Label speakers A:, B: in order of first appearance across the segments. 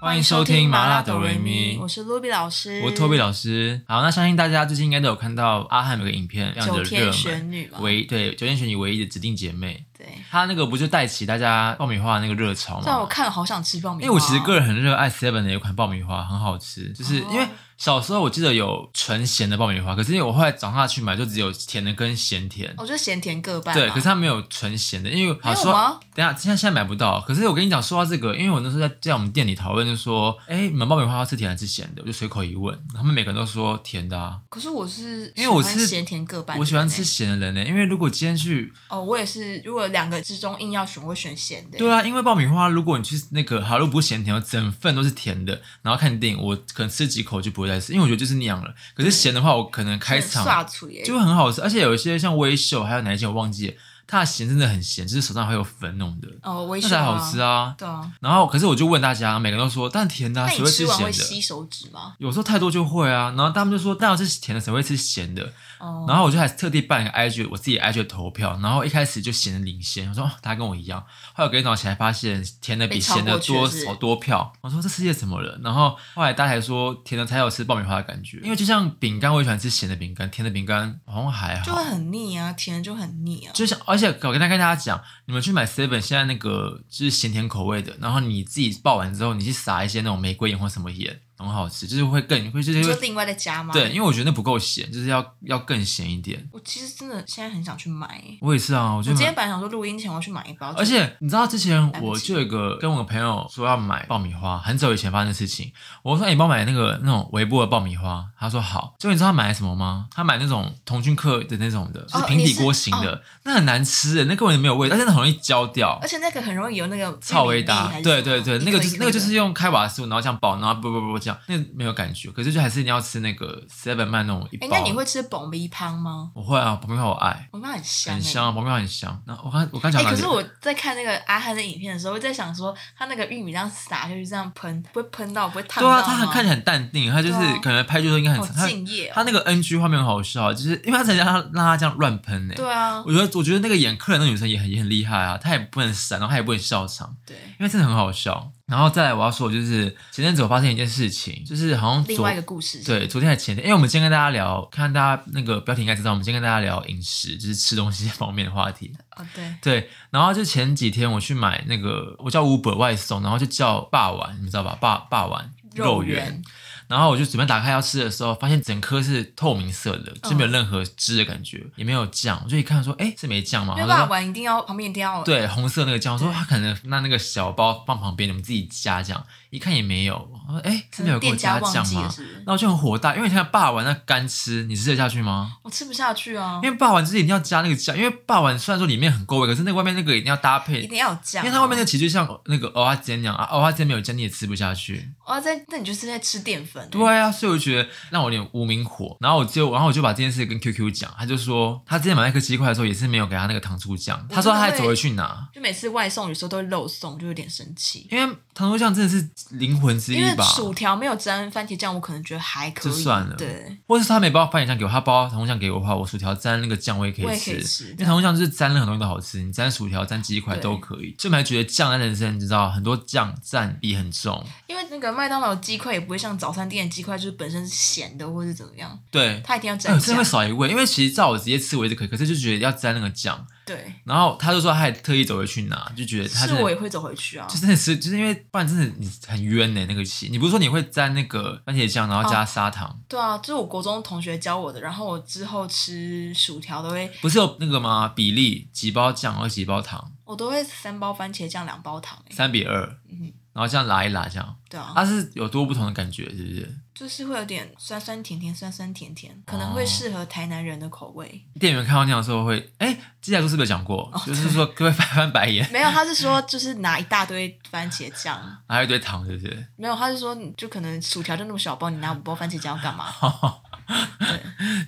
A: 欢迎收听麻辣哆瑞咪
B: 我是 Ruby 老师，
A: 我托比老师，好，那相信大家最近应该都有看到阿汉有个影片，非常的
B: 九
A: 热
B: 天
A: 门，
B: 玄女嘛，
A: 唯对九天玄女唯一的指定姐妹，
B: 对，
A: 她那个不就带起大家爆米花那个热潮
B: 虽然
A: 吗
B: 我？看了好想吃爆米花，哦
A: 因为我其实个人很热爱 Seven 的有一款爆米花，很好吃，就是
B: 哦
A: 因为小时候我记得有纯咸的爆米花，可是因为我后来长大去买，就只有甜的跟咸甜。
B: 我觉得咸甜各半嘛，
A: 对，可是它没有纯咸的，因为好
B: 没有
A: 说
B: 吗，
A: 等一下现在现在买不到。可是我跟你讲，说到这个，因为我那时候在在我们店里讨论，就说，哎、你们爆米花要吃甜还是咸的？啊我就随口一问，他们每个人都说甜的啊。
B: 可是我是
A: 因为我
B: 喜欢
A: 是
B: 咸甜各半的人欸，
A: 我喜欢吃咸的人呢、欸因为如果今天去，
B: 哦，我也是，如果两个之中硬要选，我会选咸的，
A: 对啊，因为爆米花，如果你去那个，好，如果不是咸甜，整份都是甜的，然后看电影，我可能吃几口就不会再吃，因为我觉得就是那样了。可是咸的话，我可能开场
B: 刷出耶，
A: 就会很好吃，而且有一些像微秀，还有哪一些我忘记了，它的咸真的很咸，就是手上还有粉弄的，
B: 哦，我也
A: 那
B: 喜
A: 才
B: 欢
A: 好吃，啊。
B: 对啊，
A: 然后，可是我就问大家，每个人都说，但甜的、啊，
B: 那
A: 谁
B: 你
A: 会
B: 吃
A: 吃
B: 完
A: 咸
B: 会
A: 的
B: 吸？手指吗？
A: 有时候太多就会啊，然后他们就说，当然是甜的，谁会吃咸的？
B: 哦，
A: 然后我就还特地办一个 IG，我自己 IG 的投票，然后一开始就显得领先，我说、哦、他跟我一样，后来隔天早上起来发现甜的比
B: 被超
A: 咸的
B: 过去
A: 多
B: 了是
A: 好多票，我说这世界怎么了？然后后来大家还说甜的才有吃爆米花的感觉，因为就像饼干，我也喜欢吃咸的饼干，甜的饼干好像还
B: 就
A: 好
B: 会。很腻啊，甜的就很腻啊，
A: 就像，而且我跟大家跟大家讲，你们去买 seven 现在那个就是咸甜口味的，然后你自己爆完之后，你去撒一些那种玫瑰盐或什么盐，很好吃，就是会更会就是
B: 你就
A: 会
B: 另外再加吗？
A: 对，，因为我觉得那不够咸，就是要要更咸一点。
B: 我其实真的现在很想去买耶。
A: 我也是啊，我觉
B: 我
A: 得蛮
B: 今天本来想说录音前我要去买一包，
A: 而且你知道之前
B: 来不
A: 我
B: 及
A: 就有一个跟我的朋友说要买爆米花，很久以前发生的事情。我说：“哎、你帮我买那个那种微波的爆米花。”他说：“好。”结果你知道他买什么吗？他买那种童军客的那种的，就是
B: 哦
A: 平
B: 你
A: 底
B: 是
A: 锅型的，
B: 哦
A: 那很难吃耶，那根本就没有味道，但是很容易焦掉
B: 而。且那个很容易有那个
A: 超
B: 玉米
A: 微
B: 粒
A: 达
B: 还，是
A: 对
B: 什
A: 对
B: 么
A: 对，
B: 一
A: 那个
B: 颗
A: 就
B: 一
A: 是
B: 颗
A: 那个就
B: 的
A: 是用开瓦斯炉，然后这样爆，然后不不不不这样，那没有感觉。可是就还是一定要吃那个 seven 卖那种一包。
B: 哎、那你会吃蹦米汤吗？
A: 我会啊，爆米花我爱，
B: 我那很香、欸，
A: 很香啊，爆米花很香。那我刚我刚
B: 哎、
A: 讲哪
B: 可
A: 里
B: 是
A: 了
B: 我在看那个阿汉的影片的时候，我在想说，他那个玉米这样撒下去，这样喷，不会喷到，不会烫
A: 对
B: 到吗？
A: 啊，他很看起来很淡定，他就是
B: 对啊
A: 可能拍剧都应该很
B: 好
A: 长。他
B: 敬业、
A: 他
B: 哦。
A: 那个 NG 画面很好笑，就是因为他才让他让他这样乱喷呢。
B: 对啊，
A: 我觉得我觉得那个演客人那个女生也很也很厉害啊，她也不能闪，然后她也不能笑场，
B: 对，
A: 因为真的很好笑。然后再来我要说的就是前阵子我发现一件事情，就是好像
B: 另
A: 昨
B: 外一个故事，，
A: 对昨天还前天，因为我们今天跟大家聊，看大家那个标题应该知道，我们今天跟大家聊饮食，就是吃东西方面的话题。
B: 哦对，
A: 对，然后就前几天我去买那个，我叫 Uber 外送，然后就叫霸丸，你们知道吧？霸霸丸
B: 肉
A: 圆
B: 圆，，
A: 然后我就准备打开要吃的时候，发现整颗是透明色的，就
B: 嗯
A: 没有任何汁的感觉，也没有酱。我就一看说，哎，是没酱吗？
B: 因为
A: 他
B: 爸
A: 说
B: 爸一定要旁边一定要，
A: 对，红色那个酱。我说他可能那那个小包放旁边，你们自己加酱。一看也没有，我说哎，
B: 可
A: 是没有
B: 能
A: 给我
B: 店家忘
A: 酱
B: 记了
A: 吗？
B: 是不是？
A: 那我就很火大，因为现在霸王那干吃，你吃得下去吗？
B: 我吃不下去啊，
A: 因为霸王就是一定要加那个酱，因为霸王虽然说里面很够味，可是那个外面那个一定要搭
B: 一
A: 配。
B: 定要有酱啊、
A: 因为它外面那个其实就像那个蚵仔煎那样啊，蚵仔煎没有酱你也吃不下去。
B: 我要哦在，那你就是在吃淀粉、欸，
A: 对啊，所以我觉得让我有点无名火，然后我就，然后我就把这件事跟 QQ 讲，他就说他之前买那颗鸡块的时候也是没有给他那个糖醋酱，
B: 我
A: 他说
B: 真
A: 他还
B: 的会
A: 走回去拿，
B: 就每次外送有时候都会漏送，就有点生气。
A: 因为糖醋酱真的是灵魂之
B: 因
A: 一
B: 为
A: 吧，
B: 薯条没有沾番茄酱，我可能觉得还可以，
A: 就算了
B: 对，
A: 或者是他没包番茄酱给我，他包糖醋酱给我的话，我薯条沾那个酱我也可
B: 我
A: 以
B: 也
A: 吃，
B: 可以吃
A: 因为。糖醋酱就是沾任何东西都好吃，你沾薯条、沾鸡块
B: 对
A: 都可以，所以我们还觉得酱在人生你知道很多酱占比很重，
B: 因为那个麦当劳鸡块也不会像早餐店的鸡块，就是本身是咸的或是怎么样，
A: 对。
B: 它一定要
A: 哎，
B: 沾
A: 真的
B: 酱
A: 会。少一味，因为其实照我直接吃我也是可以，可是就觉得要沾那个酱，
B: 对，
A: 然后他就说他还特意走回去拿，就觉得他
B: 是
A: 真的
B: 我也会走回去啊
A: 就。真的是，就是因为不然真的你很冤呢、欸那个气，你不是说你会沾那个番茄酱，然后加砂糖，
B: 对啊，这是我国中同学教我的，然后我之后吃薯条都会，
A: 不是有那个吗？比例几包酱，然后几包糖，
B: 我都会三包番茄酱，两包糖、欸。
A: 三比二，
B: 嗯
A: 然后这样拉一拉，这样
B: 对啊，
A: 它是有多不同的感觉，是不是？
B: 就是会有点酸酸甜甜，酸酸甜甜，可
A: 哦
B: 能会适合台南人的口味。
A: 店员看到那样的时候会，哎、之前是不是有讲过，
B: 哦
A: 就是说各位翻翻白眼，
B: 没有，他是说就是拿一大堆番茄酱，
A: 还有一堆糖，是不是？
B: 没有，他是说，就可能薯条就那么小包，你拿五包番茄酱要干嘛？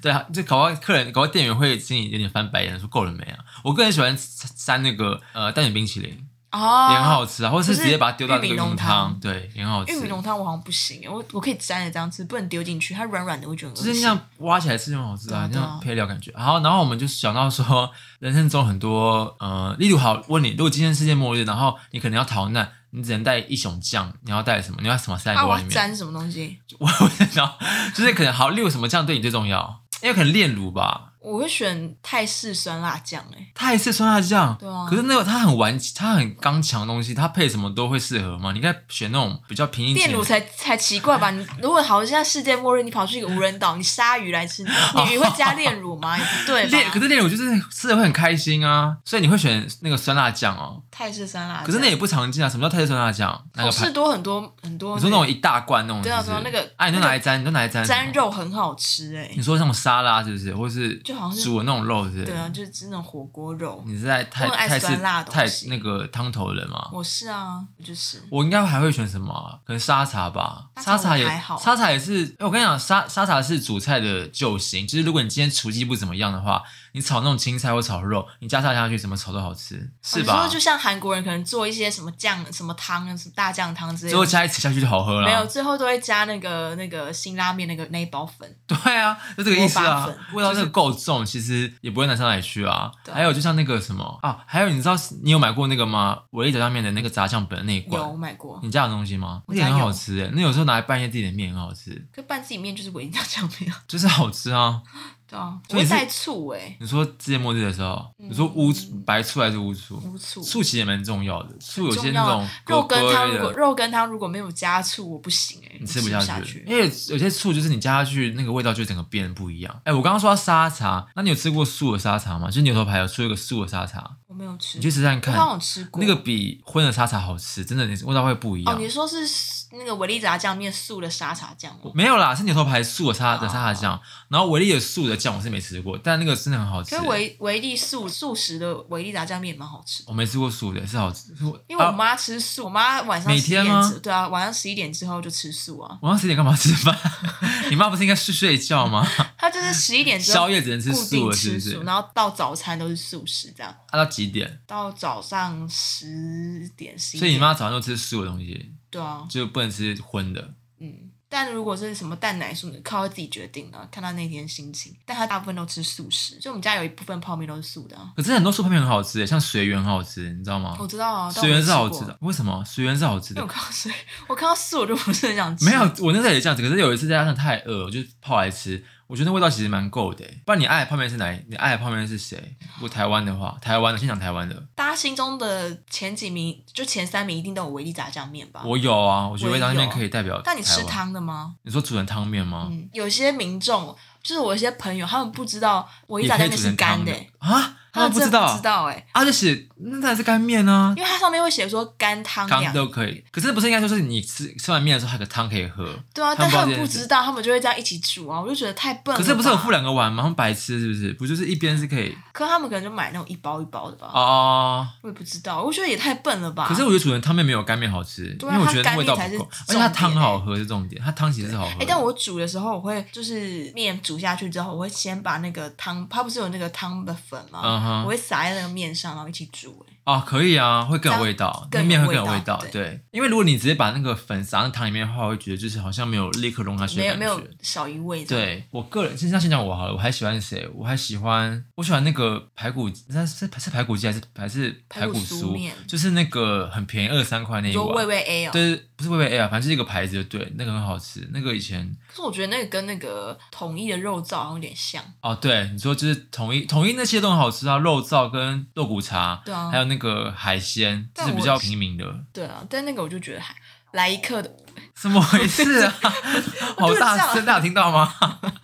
A: 对啊，就搞到客人，搞到店员会心里有点翻白眼，说够了没啊？我个人喜欢沾那个呃蛋卷冰淇淋，也
B: 哦，
A: 很好吃啊，或者是
B: 可是
A: 直接把它丢到那
B: 玉
A: 个
B: 米
A: 浓
B: 浓
A: 汤，
B: 汤
A: 对，也很好吃。
B: 玉米浓汤我好像不行，我我可以沾着这样吃，不能丢进去，它软软的，我觉得很恶
A: 就是
B: 心
A: 那样挖起来吃就很好吃啊，
B: 对啊
A: 那
B: 对啊
A: 样配料感觉。好，然后我们就想到 说，人生中很多呃，例如好问你，如果今天世界末日，然后你可能要逃难，你只能带一熊酱，你要带什么？你要什么塞在
B: 啊，
A: 锅
B: 我
A: 碗里
B: 要
A: 面？
B: 沾什么东西？
A: 我我不知道，就是可能好六什么酱对你最重要，因为可能炼乳吧，
B: 我会选泰式酸辣酱、欸，哎，
A: 它也是酸辣酱，
B: 对啊
A: 可是那个它很顽，它很刚强的东西，它配什么都会适合嘛。你应该选那种比较平易近
B: 炼乳
A: 人。
B: 才才奇怪吧？你如果好像世界末日，你跑去一个无人岛，你鲨鱼来吃，你鱼会加炼乳 吗？也不对吧？
A: 炼可是炼乳就是吃的会很开心啊，所以你会选那个酸辣酱哦。
B: 泰式酸辣酱，
A: 可是那也不常见啊，什么叫泰式酸辣酱？那
B: 好
A: 个
B: 事
A: 牌，
B: 多很多很多，
A: 你说那种一大罐那种是
B: 对
A: 不
B: 啊
A: 是，
B: 对啊那个
A: 哎，你都拿来沾，你都拿来沾什么
B: 沾。肉很好吃、欸，
A: 你说那种沙拉是不是，或是
B: 就好像是
A: 煮的那种肉是不是？
B: 对啊，就是吃那种火锅肉，
A: 你是在泰
B: 我很爱
A: 泰式
B: 酸辣的东
A: 泰
B: 西
A: 那个汤头人吗？
B: 我是啊，我就是
A: 我应该还会选什么啊、可能沙茶吧，沙
B: 沙茶
A: 茶也
B: 我还好
A: 沙茶也是。因为我跟你讲，沙沙茶是主菜的救星。就是如果你今天厨技不怎么样的话，你炒那种青菜或炒肉，你加沙茶下去，怎么炒都好吃，是
B: 哦
A: 吧
B: 你说？就像韩国人可能做一些什么酱、什么汤、什么大酱汤之类
A: 最后
B: 的，
A: 加一匙下去就好喝
B: 没有，
A: 了。
B: 最后都会加那个那个辛拉面那个那一包粉。
A: 对啊，就这个意思
B: 锅巴
A: 啊
B: 粉。
A: 味道那个够重，其实也不会难上哪里去啊。
B: 对
A: 还有就像那个什么啊，还有你知道你有买过那个吗？维力炸酱面的那个炸酱本的那一
B: 有我
A: 罐。
B: 买过，
A: 你家有东西吗？
B: 我
A: 那
B: 家
A: 也很
B: 有
A: 好吃诶，那有时候拿来拌一些自己的面也很好吃，
B: 可拌自己面就是维加酱面啊。
A: 就是好吃啊。
B: 对啊，我
A: 所以
B: 会
A: 你是
B: 带醋哎、欸，
A: 你说世界末日的时候，你
B: 嗯
A: 说乌醋白醋还是乌醋？
B: 无醋。
A: 醋其实也蛮重要的，醋有些
B: 重
A: 那
B: 要
A: 种
B: 啊肉
A: 勾
B: 羹
A: 勾
B: 汤如
A: 的
B: 果肉羹汤如果没有加醋，我不行哎、欸，
A: 你
B: 我
A: 吃
B: 吃
A: 不
B: 不
A: 下去，
B: 去。
A: 因为有些醋就是你加下去，那个味道就整个变得不一样。哎，我刚刚说到沙茶，那你有吃过素的沙茶吗？就是牛头牌有出一个素的沙茶，
B: 我没有吃，
A: 你去吃看
B: 我
A: 看，
B: 好像有吃过
A: 那个比荤的沙茶好吃，真的，你味道会不一
B: 哦
A: 样，。
B: 你说是那个维力炸酱面素的沙茶酱哦。
A: 没有啦，是牛头牌素的沙的沙茶酱，然后维力的素的酱我是没吃过，但那个真的很好吃欸
B: 可是。维维力素素食的维力炸酱面也蛮好吃的，
A: 我没吃过素的，是好吃。是
B: 因为我
A: 啊
B: 妈吃素，我妈晚上
A: 每
B: 10
A: 天
B: 点
A: 吗
B: 之对啊，晚上十一点之后就吃素啊，
A: 晚上十点干嘛吃饭？ 你妈不是应该睡睡觉 吗？啊
B: 她就是十一点之后
A: 宵夜只能吃
B: 固
A: 素
B: 定
A: 了，是
B: 吃
A: 不是
B: 素，？然后到早餐都是素食这样，
A: 按到几点？
B: 到早上十点十一点。
A: 所以你妈早上都吃素的东西，
B: 对啊，
A: 就不能吃荤的。
B: 嗯。但如果是什么蛋奶素，靠她自己决定的啊，看她那天心情。但她大部分都吃素食，就我们家有一部分泡面都是素的、啊。
A: 可是很多素泡面很好吃耶，欸像水源很好吃，你知道吗
B: 我？知道啊，但
A: 水
B: 我没
A: 源是好
B: 过
A: 吃。的，为什么？水源是好吃
B: 因为我
A: 的。
B: 看到水，我看到素我就不是很想吃。
A: 没有，我那时候也这样子，可是有一次在家上太饿，我就泡来吃，我觉得那味道其实蛮够的耶。欸不然你爱的泡面是哪一？你爱的泡面是谁？如果台湾的话，台湾的先讲台湾的，
B: 大家心中的前几名，就前三名一定都有维力炸酱面吧？
A: 我哦有啊，我觉得味道那
B: 我
A: 面
B: 也有
A: 可以代表。
B: 但你吃？汤的吗？
A: 你说煮成汤面吗？
B: 嗯，有些民众，就是我一些朋友，他们不知道维
A: 也
B: 力炸
A: 可
B: 酱
A: 以煮
B: 面是
A: 成
B: 干
A: 汤
B: 的、
A: 的
B: 欸
A: 啊？他们不
B: 真
A: 知
B: 的
A: 道
B: 不知，道哎、
A: 啊，就写那才是干面呢、
B: 因为它上面会写说干汤
A: 汤
B: 两
A: 都可以。可是不是应该说是你吃吃完面的时候，还有个汤可以喝？
B: 对啊，
A: 他们
B: 但
A: 不知道
B: 他
A: 这
B: 们
A: 件
B: 不
A: 事
B: 知道，他们就会这样一起煮啊，我就觉得太笨了。
A: 可是不是有付？两个碗吗？他们白痴是不是？不就是一边是可以
B: 可他们可能就买那种一包一包的吧，
A: 哦？
B: 我也不知道，我觉得也太笨了吧。
A: 可是我觉得煮成汤面没有干面好吃，因
B: 对啊
A: 为我觉得
B: 它干
A: 味
B: 面
A: 道
B: 才
A: 不
B: 是
A: 够，而
B: 重
A: 且它汤
B: 点欸
A: 好喝是重点，它汤其实是好喝
B: 哎、
A: 的。
B: 但我煮的时候，我会就是面煮下去之后，我会先把那个汤，它不是有那个汤的粉吗？
A: 嗯哼
B: 我会撒在那个面上，然后一起煮、哎，
A: 哦可以啊，会更有味道，
B: 这样
A: 那面会更
B: 更有
A: 有味
B: 味道
A: 道。对，因为如果你直接把那个粉撒到汤里面的话，我会觉得就是好像没有立刻融下去
B: 没
A: 的
B: 有
A: 感
B: 没
A: 觉
B: 有。少一味这样。
A: 对我个人，先先讲我好了，我还喜欢谁？我还喜欢，我喜欢那个排骨，那是是排骨鸡还是还是
B: 排
A: 排
B: 骨
A: 骨
B: 酥
A: 酥
B: 面？
A: 就是那个很便宜，二三块那
B: 你
A: 一
B: 说味
A: 碗。
B: 味 A 哦、
A: 啊对，不是微微 A 啊，反正是一个牌子，对，那个很好吃。那个以前
B: 可是我觉得那个跟那个统一的肉燥好像有点像。
A: 哦，对，你说就是统一统一那些都很好吃啊，肉燥跟肉骨茶，
B: 对啊
A: 还有那个海鲜，就
B: 但
A: 是比
B: 我
A: 较平民的，
B: 对啊，但那个我就觉得还来一克的，
A: 怎么回事啊？ 好
B: 我就
A: 大
B: 笑
A: 声，大家有听到吗？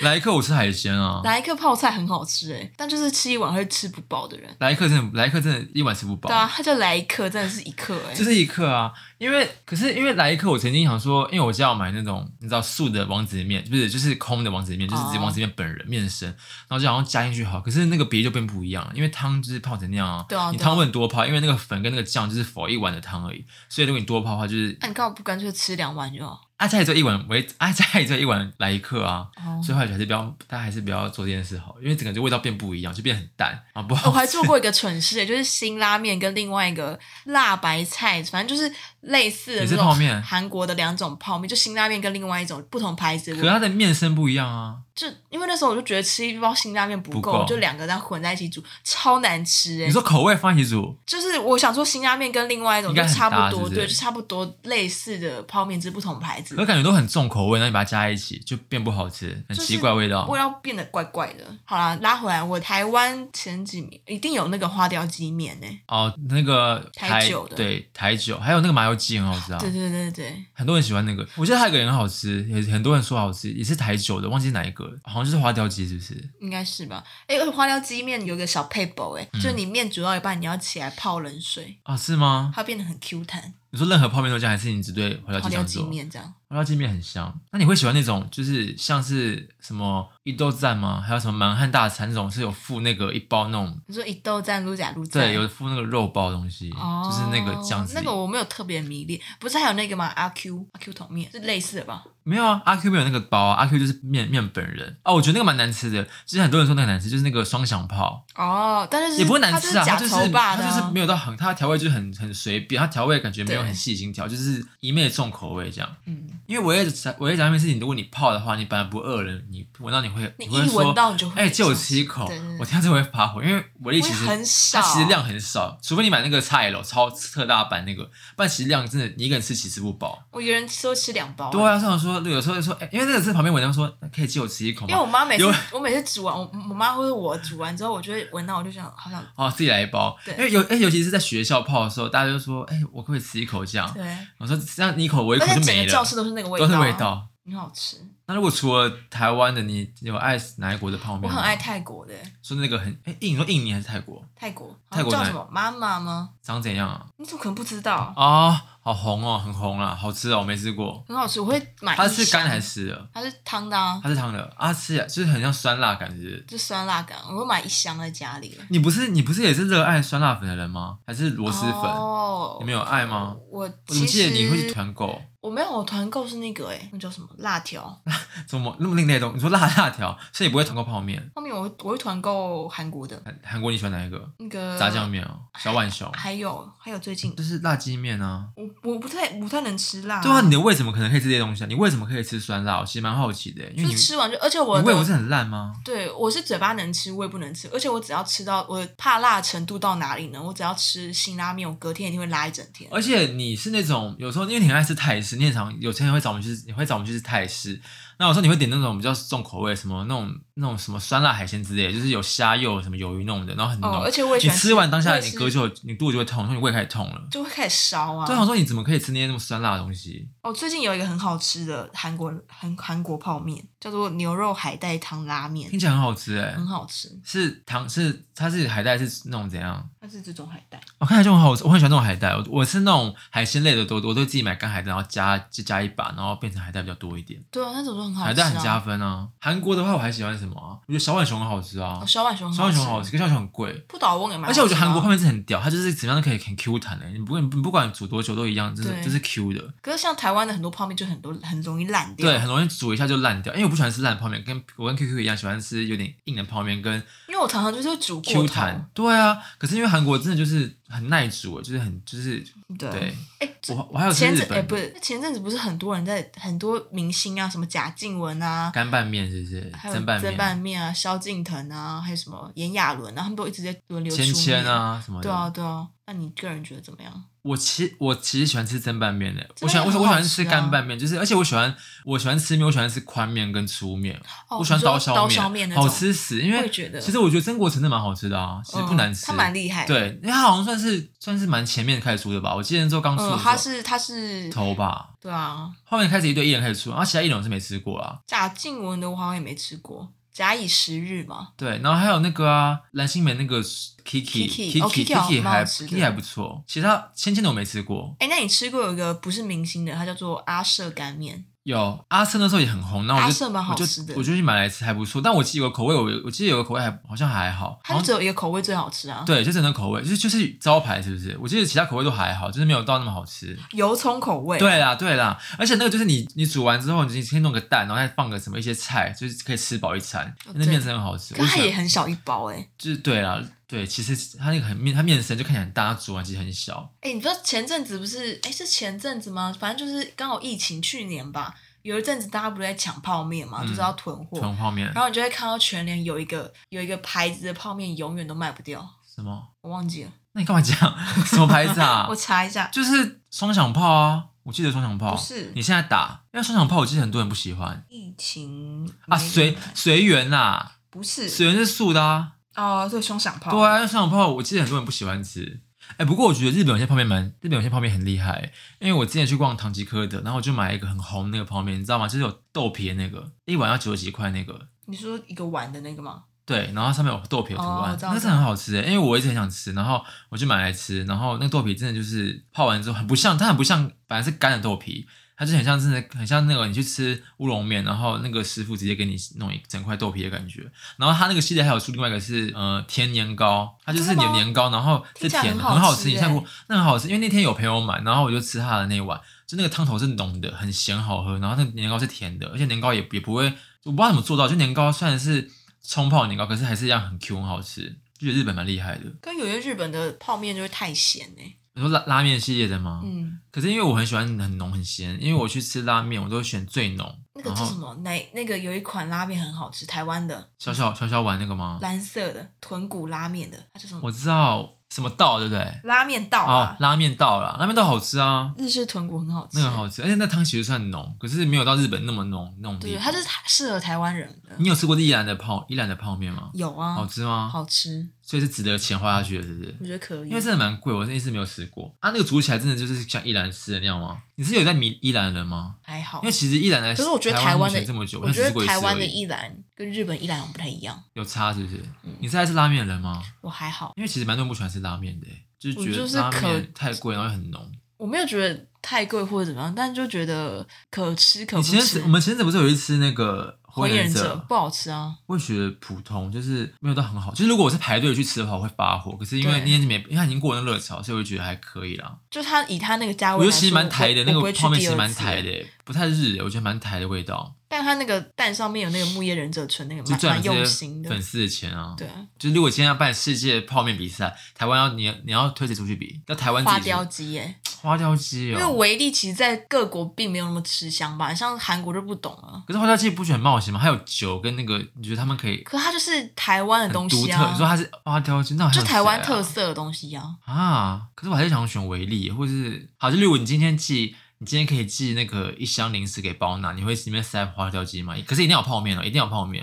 A: 来一克我吃海鲜啊，
B: 来一克泡菜很好吃哎、但就是吃一碗会吃不饱的人。
A: 来一克真的来一克真的一碗吃不饱，
B: 对啊，他就来一克，真的是一克哎、
A: 就是一克啊，因为可是因为来一克，我曾经想说，因为我家有买那种你知道素的王子面，不是就是空的王子面，就是直接
B: 哦
A: 王子面本人面生，然后就好像加进去好，可是那个比例就变不一样了，因为汤就是泡成那样啊，
B: 对啊
A: 你
B: 对啊
A: 汤不能多泡，因为那个粉跟那个酱就是否一碗的汤而已，所以如果你多泡的话，就是
B: 那、你干嘛不干脆吃两碗就好？
A: 啊家里做一碗为啊家里做一碗来一克啊。
B: 哦
A: 所以后来还是不要，大家还是不要做这件事好，因为整个就味道变不一样，就变很淡啊，不
B: 我
A: 好。
B: 哦还做过一个蠢事欸，就是辛拉面跟另外一个辣白菜，反正就是类似的
A: 也
B: 那
A: 是
B: 种
A: 泡面
B: 韩国的两种泡面，就辛拉面跟另外一种不同牌子。
A: 可是
B: 我
A: 它的面生不一样啊，
B: 就因为那时候我就觉得吃一包辛拉面不
A: 不
B: 够，
A: 够
B: 我就两个这样混在一起煮，超难吃哎、
A: 你说口味放一起煮，
B: 就是我想说辛拉面跟另外一种
A: 应
B: 就
A: 该很
B: 差
A: 搭
B: 不多，
A: 是不是
B: 对，就差不多类似的泡面，只是不同牌子
A: 可，感觉都很重口味，那你把它加在一起就变不好吃，很
B: 就是
A: 奇怪的味道。
B: 味道变得怪怪的。好啦，拉回来，我台湾前几名一定有那个花雕鸡面呢、
A: 哦，那个
B: 台酒的
A: 对台酒，还有那个麻油鸡很好吃啊，
B: 对对对对，
A: 很多人喜欢那个。我记得还有一个也很好吃，也很多人说好吃，也是台酒的，忘记哪一个了，好像就是花雕鸡，是不是？
B: 应该是吧？哎、而且花雕鸡面有一个小配宝哎、
A: 嗯
B: 就是你面煮到一半，你要起来泡冷水，
A: 啊，是吗？
B: 它变得很 Q 弹，
A: 你说任何泡面都这样，还是你只对花雕
B: 花
A: 鸡
B: 雕
A: 想
B: 鸡
A: 做？
B: 面这样。
A: 花雕鸡面很香。那你会喜欢那种就是像是什么一豆赞吗？还有什么满汉大餐那种是有附那个一包那种
B: 你说一豆蘸猪甲卤蘸，
A: 对，有附那个肉包的东西，
B: 哦，
A: 就是那个酱汁。
B: 那个我没有特别迷恋，不是还有那个吗？阿 Q 阿 Q 桶面是类似的吧？
A: 没有啊，阿 Q 没有那个包啊，阿 Q 就是面面本人哦。我觉得那个蛮难吃的，其实很多人说那个难吃，就是那个双响炮，
B: 哦，但是
A: 也不会难吃啊，它
B: 它
A: 就
B: 就
A: 是是
B: 假稠霸的、
A: 它
B: 啊
A: 就是没有到很，它的调味就是很很随便，它调味感觉没有
B: 对
A: 很细心调，就是一昧重口味这样。
B: 嗯，
A: 因为我也炸我也炸面是你，如果你泡的话，你本来不饿了，你闻到你会
B: 你
A: 会
B: 一
A: 说
B: 闻，到你就会
A: 哎、借我吃一口
B: 对对对，
A: 我听到这会发火，因为我力
B: 我
A: 其
B: 也
A: 实
B: 很少，
A: 它其实量很少，除非你买那个菜楼超特大版那个，不然其实量真的你一个人吃其实不饱。
B: 我一个人都吃两包、
A: 对啊，像我说，有时候就说，哎、因为那个是旁边闻到说，可以借我吃一口
B: 因为
A: 吗？
B: 我妈每次
A: 有
B: 我每次煮完，我我妈或者我煮完之后，我就会闻到，我就想好想
A: 哦，自己来一包。
B: 对
A: 因为有，哎、尤其是在学校泡的时候，大家就说，哎、我可不可以吃一口这样？
B: 对，
A: 我说这样你一口我一口
B: 而且
A: 就
B: 整
A: 哎没
B: 个教
A: 了，
B: 室都是那个味道、
A: 都
B: 啊，
A: 是味，道。
B: 很好吃。
A: 那如果除了台湾的，你有爱哪一国的泡面
B: 我
A: 吗？
B: 很爱泰国的
A: 说那个很哎、印，你说印尼还是泰国？
B: 泰国，
A: 泰国
B: 叫
A: 哪
B: 什么妈妈吗？
A: 长怎样啊？
B: 你怎么可能不知道？
A: 哦，好红哦，很红啦，好吃哦，我没吃过。
B: 很好吃，我会买。
A: 它是干还？是湿的？
B: 它是汤的啊，
A: 它是汤的啊，吃起来就是很像酸辣感觉。
B: 就酸辣感，我会买一箱在家里。
A: 你不是你不是也是热爱酸辣粉的人吗？还是螺蛳粉？
B: 哦，
A: 你们有爱吗？
B: 我
A: 我怎么
B: 其
A: 记
B: 实
A: 得你会去团购？
B: 我没有，我团购是那个哎、那叫什么辣条。
A: 怎么那么另类的东西？你说辣辣条，所以你不会团购泡面？
B: 后面我会我会团购韩国的
A: 韩韩国你喜欢哪一个？
B: 那个
A: 炸酱，面哦，小浣熊，
B: 呃还有还有最近
A: 就是辣鸡面啊。
B: 我我不太不太能吃辣，
A: 对啊，你的胃怎么可能可以吃这些东西啊？你胃怎么可以吃酸辣？我其实蛮好奇的，欸因
B: 就
A: 为
B: 是
A: 你
B: 吃完就，而且我
A: 你胃不是
B: 的
A: 很烂吗？
B: 对我是嘴巴能吃，胃不能吃，而且我只要吃到我怕辣程度到哪里呢？我只要吃辛拉面，我隔天一定会拉一整天。
A: 而且你是那种有时候因为你很爱吃泰式，你很常有些人会找我们去，你会找我们去吃泰式。那有时候你会点那种比较重口味，什么那种那种什么酸辣海鲜之类的，就是有虾又有什么鱿鱼弄的，然后很浓。
B: 哦，而且我也喜
A: 你
B: 欢
A: 吃完当
B: 我
A: 下，
B: 也
A: 你
B: 是
A: 隔就你肚子就会痛，说你胃开始痛了。
B: 就会开始烧
A: 对，我
B: 啊。
A: 说你怎么可以吃那些那么酸辣的东西？
B: 哦，最近有一个很好吃的韩国韩韩国泡面，叫做牛肉海带汤拉面
A: 听，起来很好吃哎
B: 很，好吃。
A: 是糖是它是海带是那种怎样？
B: 它是这种海带，
A: 我看起来就很好吃，我很喜欢那种海带。我我是那种海鲜类的多，我都自己买干海带，然后加就加一把，然后变成海带比较多一点。
B: 对啊，那种就很好吃、啊。
A: 海带很加分啊。韩国的话，我还喜欢什么啊？我觉得小浣熊很好吃啊
B: 哦，，小浣熊很
A: 小浣熊好吃，可是小浣熊很贵。
B: 不倒翁也蛮好吃啊。
A: 而且我觉得韩国泡面是很屌，它就是怎么样都可以很 Q 弹欸的、你不管你不管煮多久都一样，就是
B: 对
A: 就是 Q 的。
B: 可是像台湾的很多泡面就很多很容易烂掉，
A: 对，很容易煮一下就烂掉。因为我不喜欢吃烂泡面，跟我跟 QQ 一样喜欢吃有点硬的泡面跟
B: 因为我常常就是煮过
A: Q
B: 头
A: 弹。对啊，可是因为韩国真的就是很耐煮，啊就是很就是对
B: 对，。哎，这
A: 我我还有吃
B: 前
A: 日
B: 阵哎
A: 本
B: 不
A: 的
B: 是前阵子不是很多人在很多明星啊，什么贾静雯啊，
A: 干拌面，是不是？
B: 还有
A: 蒸拌
B: 曾拌
A: 面、
B: 面啊，萧敬腾啊，还有什么炎亚纶啊，他们都一直在轮流出
A: 芊
B: 面
A: 芊。啊什么的。
B: 对啊对啊，那你个人觉得怎么样？
A: 我其我其实喜欢吃蒸拌面的，我
B: 蒸
A: 喜
B: 拌
A: 欢我喜我喜
B: 面很好
A: 欢吃
B: 吃啊
A: 干拌面，就是而且我喜欢我喜欢吃面，我喜欢吃宽面跟粗面，
B: 哦
A: 我喜欢
B: 你说
A: 烧
B: 刀
A: 面，
B: 削面那种
A: 好吃死。因
B: 我
A: 为
B: 也觉得
A: 其实我觉得曾国成的蛮好吃的啊，其实不
B: 嗯
A: 难吃。
B: 他蛮厉害。，
A: 对，因为他好像算是算是蛮前面开始出的吧，我记得那时候刚出的时
B: 嗯，
A: 候，
B: 他是他是
A: 头吧，
B: 对啊，
A: 后面开始一堆艺人开始出，然后其他艺人我是没吃过啊。
B: 贾静雯的我好像也没吃过，假以时日嘛。
A: 对，然后还有那个啊，蓝心湄那个 Kiki
B: Kiki，哦 Kiki 好
A: Kiki
B: 蛮好
A: 还
B: 吃的
A: Kiki 还不错，其他芊芊的我没吃过。
B: 哎，那你吃过有一个不是明星的，它叫做阿舍干面，
A: 有阿瑟那时候也很红，那我
B: 阿
A: 就
B: 瑟蛮好
A: 我就
B: 吃的
A: 我就去买来吃，还不错。但我记得有个口味，我有我记得有个口味还好像还好，
B: 它
A: 好像
B: 就只有一个口味最好吃啊，
A: 啊对，就整个口味，就是就是招牌是不是？我记得其他口味都还好，就是没有到那么好吃。
B: 油葱口味。
A: 对啦，对啦，而且那个就是你你煮完之后，你先弄个蛋，然后再放个什么一些菜，就是可以吃饱一餐。
B: 哦
A: 那面真的很好吃，
B: 可
A: 我
B: 它
A: 喜
B: 也
A: 欢。
B: 很小一包哎、
A: 就是对啦，对，其实它那个很面，它面身就看起来很大，它煮完其实很小。
B: 哎、你知道前阵子不是哎、是前阵子吗？反正就是刚好疫情，去年吧，有一阵子大家不是在抢泡面嘛，
A: 嗯
B: 就是要囤货，
A: 纯泡面
B: 然后你就会看到全联有一个有一个牌子的泡面永远都卖不掉，
A: 什么？
B: 我忘记了，
A: 那你干嘛 讲什么牌子啊
B: 我？查一下。
A: 就是双响炮啊，我记得双响炮。
B: 不是
A: 你现在打，因为双响炮我记得很多人不喜欢
B: 疫情
A: 啊，
B: 没
A: 随
B: 买
A: 随缘啦，
B: 不是
A: 随缘是素的啊。
B: 哦，对，双响炮。
A: 对啊，因为双响炮我记得很多人不喜欢吃。哎、不过我觉得日本有些泡面蛮，日本有些泡面很厉害。因为我之前去逛唐吉诃德，然后我就买一个很红那个泡面，你知道吗？就是有豆皮的那个，一碗要九十几块那个。
B: 你说一个碗的那个吗？
A: 对，然后上面有豆皮的图
B: 哦
A: 案
B: 我，知道
A: 那
B: 我
A: 是
B: 知
A: 很好吃的，因为我一直很想吃，然后我就买来吃，然后那个豆皮真的就是泡完之后很不像，它很不像本来是干的豆皮，它就很像真的很像那个你去吃乌龙面，然后那个师傅直接给你弄一整块豆皮的感觉。然后它那个系列还有出另外一个是呃甜年糕，它就是
B: 真的
A: 你
B: 吗
A: 的年糕，然后是
B: 听起来
A: 甜的，
B: 很好
A: 很好吃，
B: 吃
A: 你
B: 欸
A: 看过那很好吃，因为那天有朋友买，然后我就吃它的那一碗，就那个汤头是浓的，很咸好喝，然后那个年糕是甜的，而且年糕也也不会，我不知道怎么做到，就年糕虽然是冲泡年糕，可是还是一样很 Q 很好吃，就觉得日本蛮厉害的。
B: 跟有些日本的泡面就会太咸呢、
A: 你说拉拉面系列的吗？
B: 嗯，
A: 可是因为我很喜欢很浓很咸，因为我去吃拉面，我都会选最浓，
B: 那个
A: 然
B: 叫什
A: 后
B: 么？那那个有一款拉面很好吃，台湾的
A: 小小小小碗那个吗？
B: 蓝色的豚骨拉面的，它叫什么？
A: 我知道什么道对不对？
B: 拉面道
A: 哦
B: 啊，，
A: 拉面道啦，拉面道好吃啊，
B: 日式豚骨很好吃，
A: 那个很好吃，而且那汤其实算浓，可是没有到日本那么浓那种地
B: 对，
A: 步。
B: 它就是适合台湾人的。
A: 你有吃过伊兰的泡伊兰的泡面吗？
B: 有啊，
A: 好吃吗？
B: 好嗯吃，
A: 所以是值得钱花下去的，是不是？
B: 我觉得可以。
A: 因为真的蛮贵，我那次没有吃过啊。那个煮起来真的就是像伊兰吃的那样吗？你是有在迷伊兰人吗？
B: 还好
A: 因为，其实伊兰来，
B: 哦可是我觉得
A: 台
B: 湾
A: 目
B: 的
A: 前这么久，
B: 我觉
A: 只吃过
B: 得
A: 一次
B: 台湾的
A: 而已
B: 一兰嗯跟日本一兰不太一样，
A: 有差，是不是？你是爱吃拉面的人吗？
B: 我还好，
A: 因为其实蛮多人不喜欢吃拉面的，就是觉
B: 我就
A: 得
B: 是
A: 拉
B: 可
A: 面太贵，然后又很浓。
B: 我没有觉得太贵或者怎么样，但就觉得可吃可
A: 你
B: 不
A: 前阵
B: 吃
A: 子我。们前阵子不是有一次那个
B: 火影忍
A: 者
B: 者，不好吃啊，
A: 我也觉得普通，就是没有到很好。就是如果我是排队去吃的话，我会发火。可是因为
B: 对
A: 那天没，因为它已经过那热潮，所以我觉得还可以啦。
B: 就它以它那个价
A: 我
B: 位
A: 觉
B: 来
A: 得
B: 说，
A: 其实蛮台的，
B: 我
A: 那
B: 我不
A: 个
B: 会去
A: 泡面
B: 第
A: 其
B: 二
A: 实蛮
B: 次
A: 台的，欸不太日的，我觉得蛮台的味道，
B: 但它那个蛋上面有那个木叶忍者唇，那个
A: 就
B: 蛮
A: 赚
B: 蛮
A: 了
B: 用
A: 这
B: 心
A: 些
B: 的。
A: 粉丝的钱啊。
B: 对，啊，
A: 就是如果今天要办世界泡面比赛，台湾要你你要推荐出去比，要台湾自己
B: 花雕鸡耶，
A: 花雕鸡
B: 因
A: 哦，
B: 为维力其实在各国并没有那么吃香吧，像韩国就不懂了。
A: 可是花雕鸡不是很冒险吗？还有酒跟那个，你觉得他们可以
B: 可它就是台湾
A: 很
B: 的东
A: 独
B: 西
A: 特？
B: 啊
A: 你，说它是花雕鸡，那好
B: 就
A: 像
B: 台湾
A: 谁啊
B: 特色的东西啊。
A: 啊。可是我还是想选维力，或是好，就例如你今天寄，你今天可以寄那个一箱零食给包娜，你会里面塞花雕鸡吗？可是一定要有泡面哦，一定要有泡面，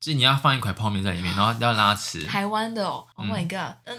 A: 就是你要放一块泡面在里面，然后要让它吃。
B: 台湾的哦，Oh
A: 嗯
B: my god，嗯，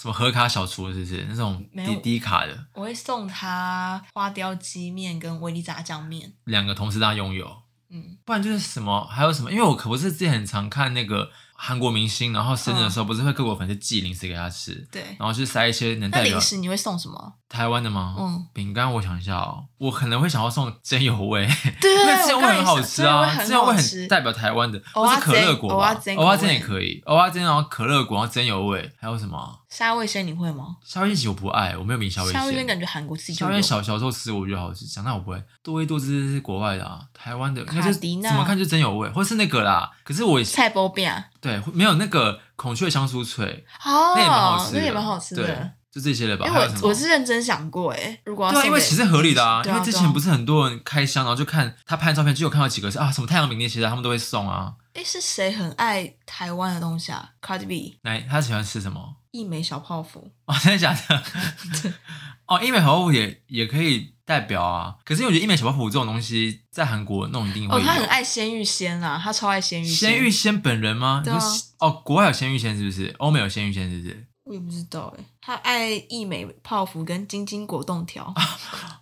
A: 什么盒卡小厨是不是那种
B: 没
A: 低
B: 有
A: 低卡的，
B: 我会送他花雕鸡面跟维力炸酱面，
A: 两个同时让它拥有。
B: 嗯，
A: 不然就是什么，还有什么？因为我可不是之前很常看那个韩国明星，然后生日的时候，不是会各国粉丝寄零食给他吃，
B: 对。
A: 然后去塞一些能
B: 那
A: 哦代表哦
B: 零食你会送什么？
A: 台湾的吗？
B: 嗯，
A: 饼干我想一下哦，我可能会想要送真有味，
B: 对，
A: 因为真有味
B: 我刚才
A: 很好
B: 想
A: 吃啊，
B: 真
A: 真
B: 的
A: 有味
B: 会好
A: 很
B: 吃。
A: 代表台湾的，
B: 蚵
A: 或
B: 仔
A: 是可乐果吧，
B: 煎
A: 蚵仔煎也
B: 蚵仔煎口
A: 可以，蚵仔煎然后可乐果，然后真有味，还有什么啊
B: 沙味鲜你会吗？
A: 夏威夷其实我不爱，我没有迷夏威
B: 沙味鲜
A: 夷。
B: 感觉韩国自己
A: 夏
B: 就
A: 威夷
B: 有。
A: 小小时候吃我觉得好吃，长大我不会。多维多汁是国外的啊，台湾的应该
B: 卡
A: 就是
B: 迪娜
A: 怎么看就真有味，或是那个啦。可是我以前
B: 菜包饼啊，
A: 对，没有那个孔雀香酥脆，
B: 哦，
A: 那也蛮好吃的，
B: 那也蛮好吃
A: 对
B: 的。，
A: 就这些了吧？
B: 因
A: 还
B: 为
A: 有什
B: 我
A: 么
B: 我是认真想过，哎，如果要
A: 对啊，
B: 送
A: 因为
B: 给
A: 其实合理的
B: 对
A: 因
B: 啊
A: 为之前不
B: 对啊
A: 是很多人开箱，然后就看他拍照片，就有看到几个是啊什么太阳饼那些的，他们都会送啊。
B: 哎是谁很爱台湾的东西啊？Cardi B
A: 来，他喜欢吃什么？
B: 一枚小泡芙，
A: 哦，真的假的？哦，一美小泡芙也也可以代表啊。可是我觉得一美小泡芙这种东西，在韩国那种一定会
B: 哦，
A: 有。
B: 他很爱鲜芋仙啦，他超爱鲜芋
A: 鲜芋仙本人吗？你
B: 对啊
A: 说哦，国外有鲜芋仙是不是？欧美有鲜芋仙是不是？
B: 我也不知道哎，他爱一美泡芙跟晶晶果冻条，
A: 啊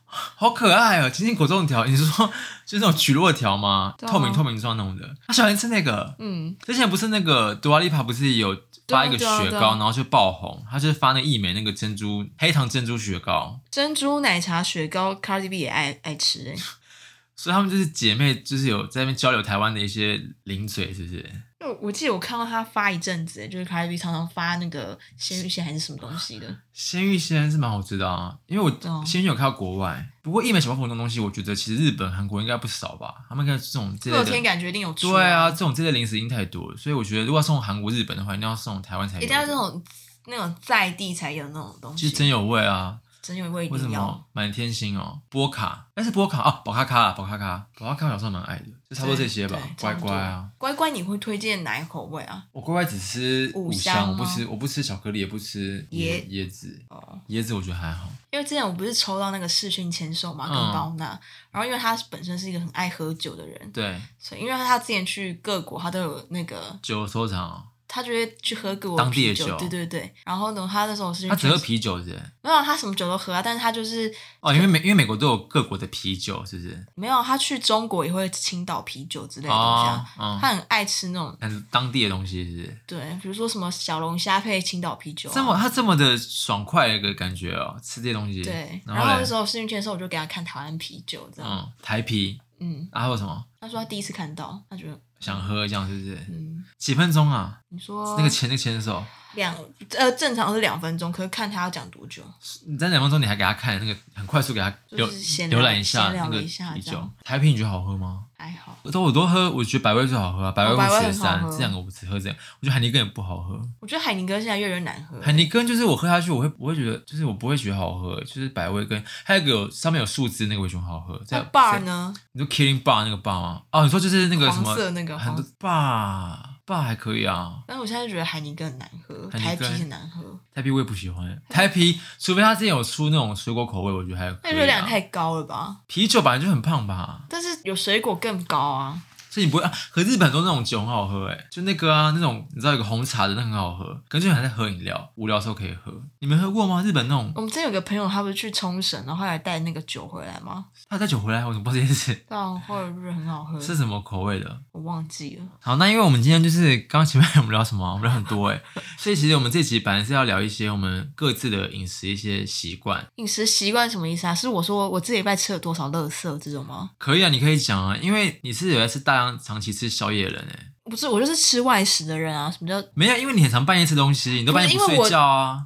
A: 好可爱哦！金金果冻条，你是说 就是那种曲络条吗？
B: 对啊
A: 透明透明状那种的。他喜欢吃那个。
B: 嗯，
A: 之前不是那个杜拉丽帕不是有发一个雪糕，
B: 对啊对啊对啊
A: 然后就爆红，他就是发那个一美那个珍珠黑糖珍珠雪糕，
B: 珍珠奶茶雪糕，Cardi B 也爱爱吃哎，
A: 所以他们就是姐妹，就是有在那边交流台湾的一些零嘴，是不是？
B: 因为我记得我看到他发一阵子，就是 Cardi B 常常发那个鲜芋仙还是什么东西的，
A: 鲜芋仙是蛮好吃的啊，因为我
B: 哦
A: 先有看到国外，不过一美小泡芙这种东西，我觉得其实日本、韩国应该不少吧，他们应该这种这
B: 乐
A: 类
B: 天
A: 的。
B: 感觉一定有出
A: 对啊，这种这类零食已经太多了，所以我觉得如果要送韩国、日本的话，一定要送台湾才有
B: 一
A: 的。
B: 定要这种那种在地才有那种东
A: 其
B: 西。
A: 实真有味啊！
B: 真因为我一
A: 为什
B: 定要。
A: 么满天星哦？波卡，但是波卡哦，宝咖咖啦，宝咖咖，宝咖咖我小时候蛮爱的，就差不多这些吧
B: 对。
A: 乖乖，啊，
B: 对乖乖，你会推荐哪一口味啊？
A: 我乖乖只吃
B: 五
A: 五
B: 香
A: 香，我不
B: 吗
A: 吃我不吃巧克力，也不吃椰椰子，
B: 哦，
A: 椰子我觉得还好。
B: 因为之前我不是抽到那个视讯签售嘛，跟
A: 嗯
B: 包娜，然后因为他本身是一个很爱喝酒的人，
A: 对，
B: 所以因为他之前去各国，他都有那个，
A: 酒收藏哦，
B: 他就会去喝各国
A: 当地的
B: 啤
A: 酒
B: 对对对。然后呢，他那时候是
A: 他只喝啤酒是不是？
B: 没有他什么酒都喝啊，但是他就是
A: 哦，因为美因为美国都有各国的啤酒，是不是？
B: 没有他去中国也会青岛啤酒之类的东西
A: 哦
B: 啊，，
A: 嗯，
B: 他很爱吃那种
A: 但是当地的东西是不是？
B: 对，比如说什么小龙虾配青岛啤酒、啊，
A: 这么他这么的爽快的一个感觉哦，吃这些东西。
B: 对。
A: 然
B: 然后
A: 嘞
B: 那时候试运圈的时候，我就给他看台湾啤酒这样，
A: 嗯，台啤
B: 嗯
A: 啊，还有什么
B: 他说他第一次看到，他觉得
A: 想喝这样是不是？
B: 嗯，哦
A: 几分钟啊？
B: 你说
A: 那个牵那个牵手，
B: 两呃正常是两分钟，可是看他要讲多久，
A: 你在两分钟你还给他看那个，很快速给他浏
B: 就是闲聊
A: 浏览一下
B: 闲聊
A: 那个
B: 一下
A: 啤
B: 这
A: 酒
B: 样。
A: 台啤你觉得好喝吗？
B: 还好。
A: 我都我都喝，我觉得百威最好喝啊，百威
B: 哦百威
A: 我
B: 很
A: 吃
B: 好
A: 三，
B: 喝
A: 这两个我只喝这样，我觉得海尼根也不好喝。
B: 我觉得海宁哥现在越来越难喝，
A: 海尼根就是我喝下去，我会我会觉得就是我不会觉得好喝，就是百威跟还有一个有上面有树枝那个我也觉得很好喝。在
B: 那哦 bar？呢？
A: 你说 Killing Bar 那个 bar 吗？哦，你说就是那个什
B: 黄
A: 么
B: 色那个
A: 很
B: 黄
A: 多。bar bar 还可以啊，
B: 但是我现在觉得海宁哥很难喝，
A: 海
B: 台
A: 宁
B: 啤
A: 哥
B: 很难喝，
A: 台啤我也不喜欢，台啤除非他之前有出那种水果口味，我觉得还可
B: 那
A: 以、啊。
B: 热量太高了吧？
A: 啤酒本来就很胖吧，
B: 但是有水果更高啊，
A: 所以你不会啊。可日本很多那种酒很好喝、欸，哎，就那个啊，那种你知道有个红茶的那很好喝，可是就很在喝饮料，无聊的时候可以喝。你们喝过吗？日本那种
B: 我们之前有个朋友，他不是去冲绳，然后后来带那个酒回来吗？
A: 他带酒回来，我怎么不知道这件事？
B: 但后来不是很好喝，
A: 是什么口味的？
B: 我忘记了。
A: 好，那因为我们今天就是刚刚前面 我们聊什么啊，我们聊很多哎、欸所以其实我们这集本来是要聊一些我们各自的饮食一些习惯，
B: 饮食习惯什么意思啊？是我说我这礼拜吃了多少垃圾这种吗？
A: 可以啊，你可以讲啊，因为你是有在吃大量长期吃宵夜的人哎、欸
B: 不是，我就是吃外食的人啊。什么叫
A: 没有，因为你很常半夜吃东西，你都半夜
B: 不是因为我
A: 睡觉啊，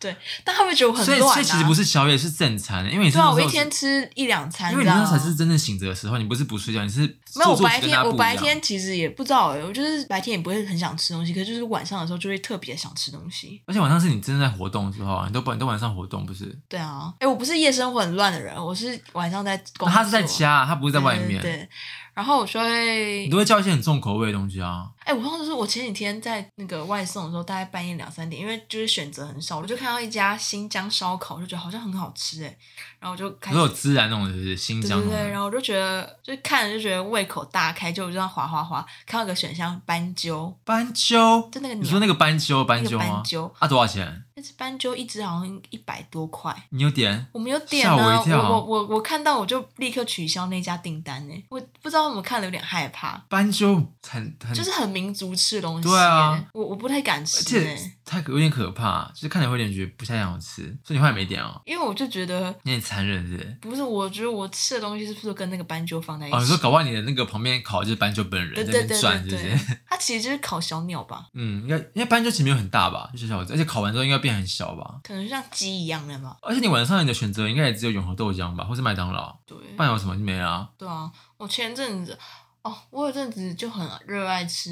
B: 对？但他们觉得我很
A: 所以
B: 乱、啊、
A: 所以其实不是宵夜，是正餐欸，因为你是
B: 对啊，
A: 那时
B: 我
A: 候
B: 一天吃一两餐
A: 因
B: 这
A: 为你
B: 样
A: 那
B: 啊。
A: 才是真正醒着的时候，你不是不睡觉，你是
B: 没有，
A: 做
B: 我
A: 作
B: 白
A: 息跟
B: 天
A: 大家
B: 我
A: 不
B: 白
A: 一样
B: 天其实也不知道欸，我就是白天也不会很想吃东西，可是就是晚上的时候就会特别想吃东西。
A: 而且晚上是你真的在活动之后啊，你都不你都晚上活动不是？
B: 对啊，哎、我不是夜生活很乱的人，我是晚上在工作。
A: 啊他是在家，他不是
B: 对，
A: 在外
B: 对
A: 面，
B: 对然后我就会
A: 你，都会叫一些很重口味的东西啊。
B: 哎、我忘了是我前几天在那个外送的时候，大概半夜两三点，因为就是选择很少，我就看到一家新疆烧烤，就觉得好像很好吃哎、然后我就开
A: 你
B: 始
A: 说有。孜然那种就是新
B: 对
A: 疆
B: 对
A: 那种
B: 对，然后我就觉得，就看着就觉得胃口大开，就我就这样滑滑滑，看到一个选项斑鸠，
A: 斑鸠，
B: 就那个
A: 你
B: 鸟
A: 说那个斑鸠斑
B: 那
A: 鸠
B: 个
A: 吗
B: 斑？鸠，
A: 啊，多少钱？
B: 那只斑鸠一只好像一百多块，
A: 你有点
B: 我没有点
A: 吓我
B: 啊，
A: 一
B: 我
A: 跳
B: 我我我看到我就立刻取消那家订单呢、我不知道我们看了有点害怕，
A: 斑鸠很很，
B: 就是很民族吃的东西、
A: 嗯对啊，
B: 我我不太敢
A: 而
B: 吃、
A: 且
B: 欸，
A: 它有点可怕，就是看起来会有点觉得不太想吃，所以你后来没点哦，
B: 因为我就觉得
A: 你很残忍是不是？
B: 不是，我觉得我吃的东西是不是跟那个斑鸠放在一起？
A: 哦，你说搞不好你的那个旁边烤就是斑鸠本人
B: 对
A: 在那边
B: 对对
A: 转，
B: 对
A: 是不
B: 对
A: 是？，
B: 它其实就是烤小鸟吧，
A: 嗯，应该应该斑鸠其实没有很大吧，就小小只，而且烤完之后应该变很小吧。
B: 可能像鸡一样的嘛。
A: 而且你晚上你的选择应该也只有永和豆浆吧，或是麦当劳，
B: 对
A: 不然有什么就没了啊。
B: 对啊，我前阵子哦，我有阵子就很热爱吃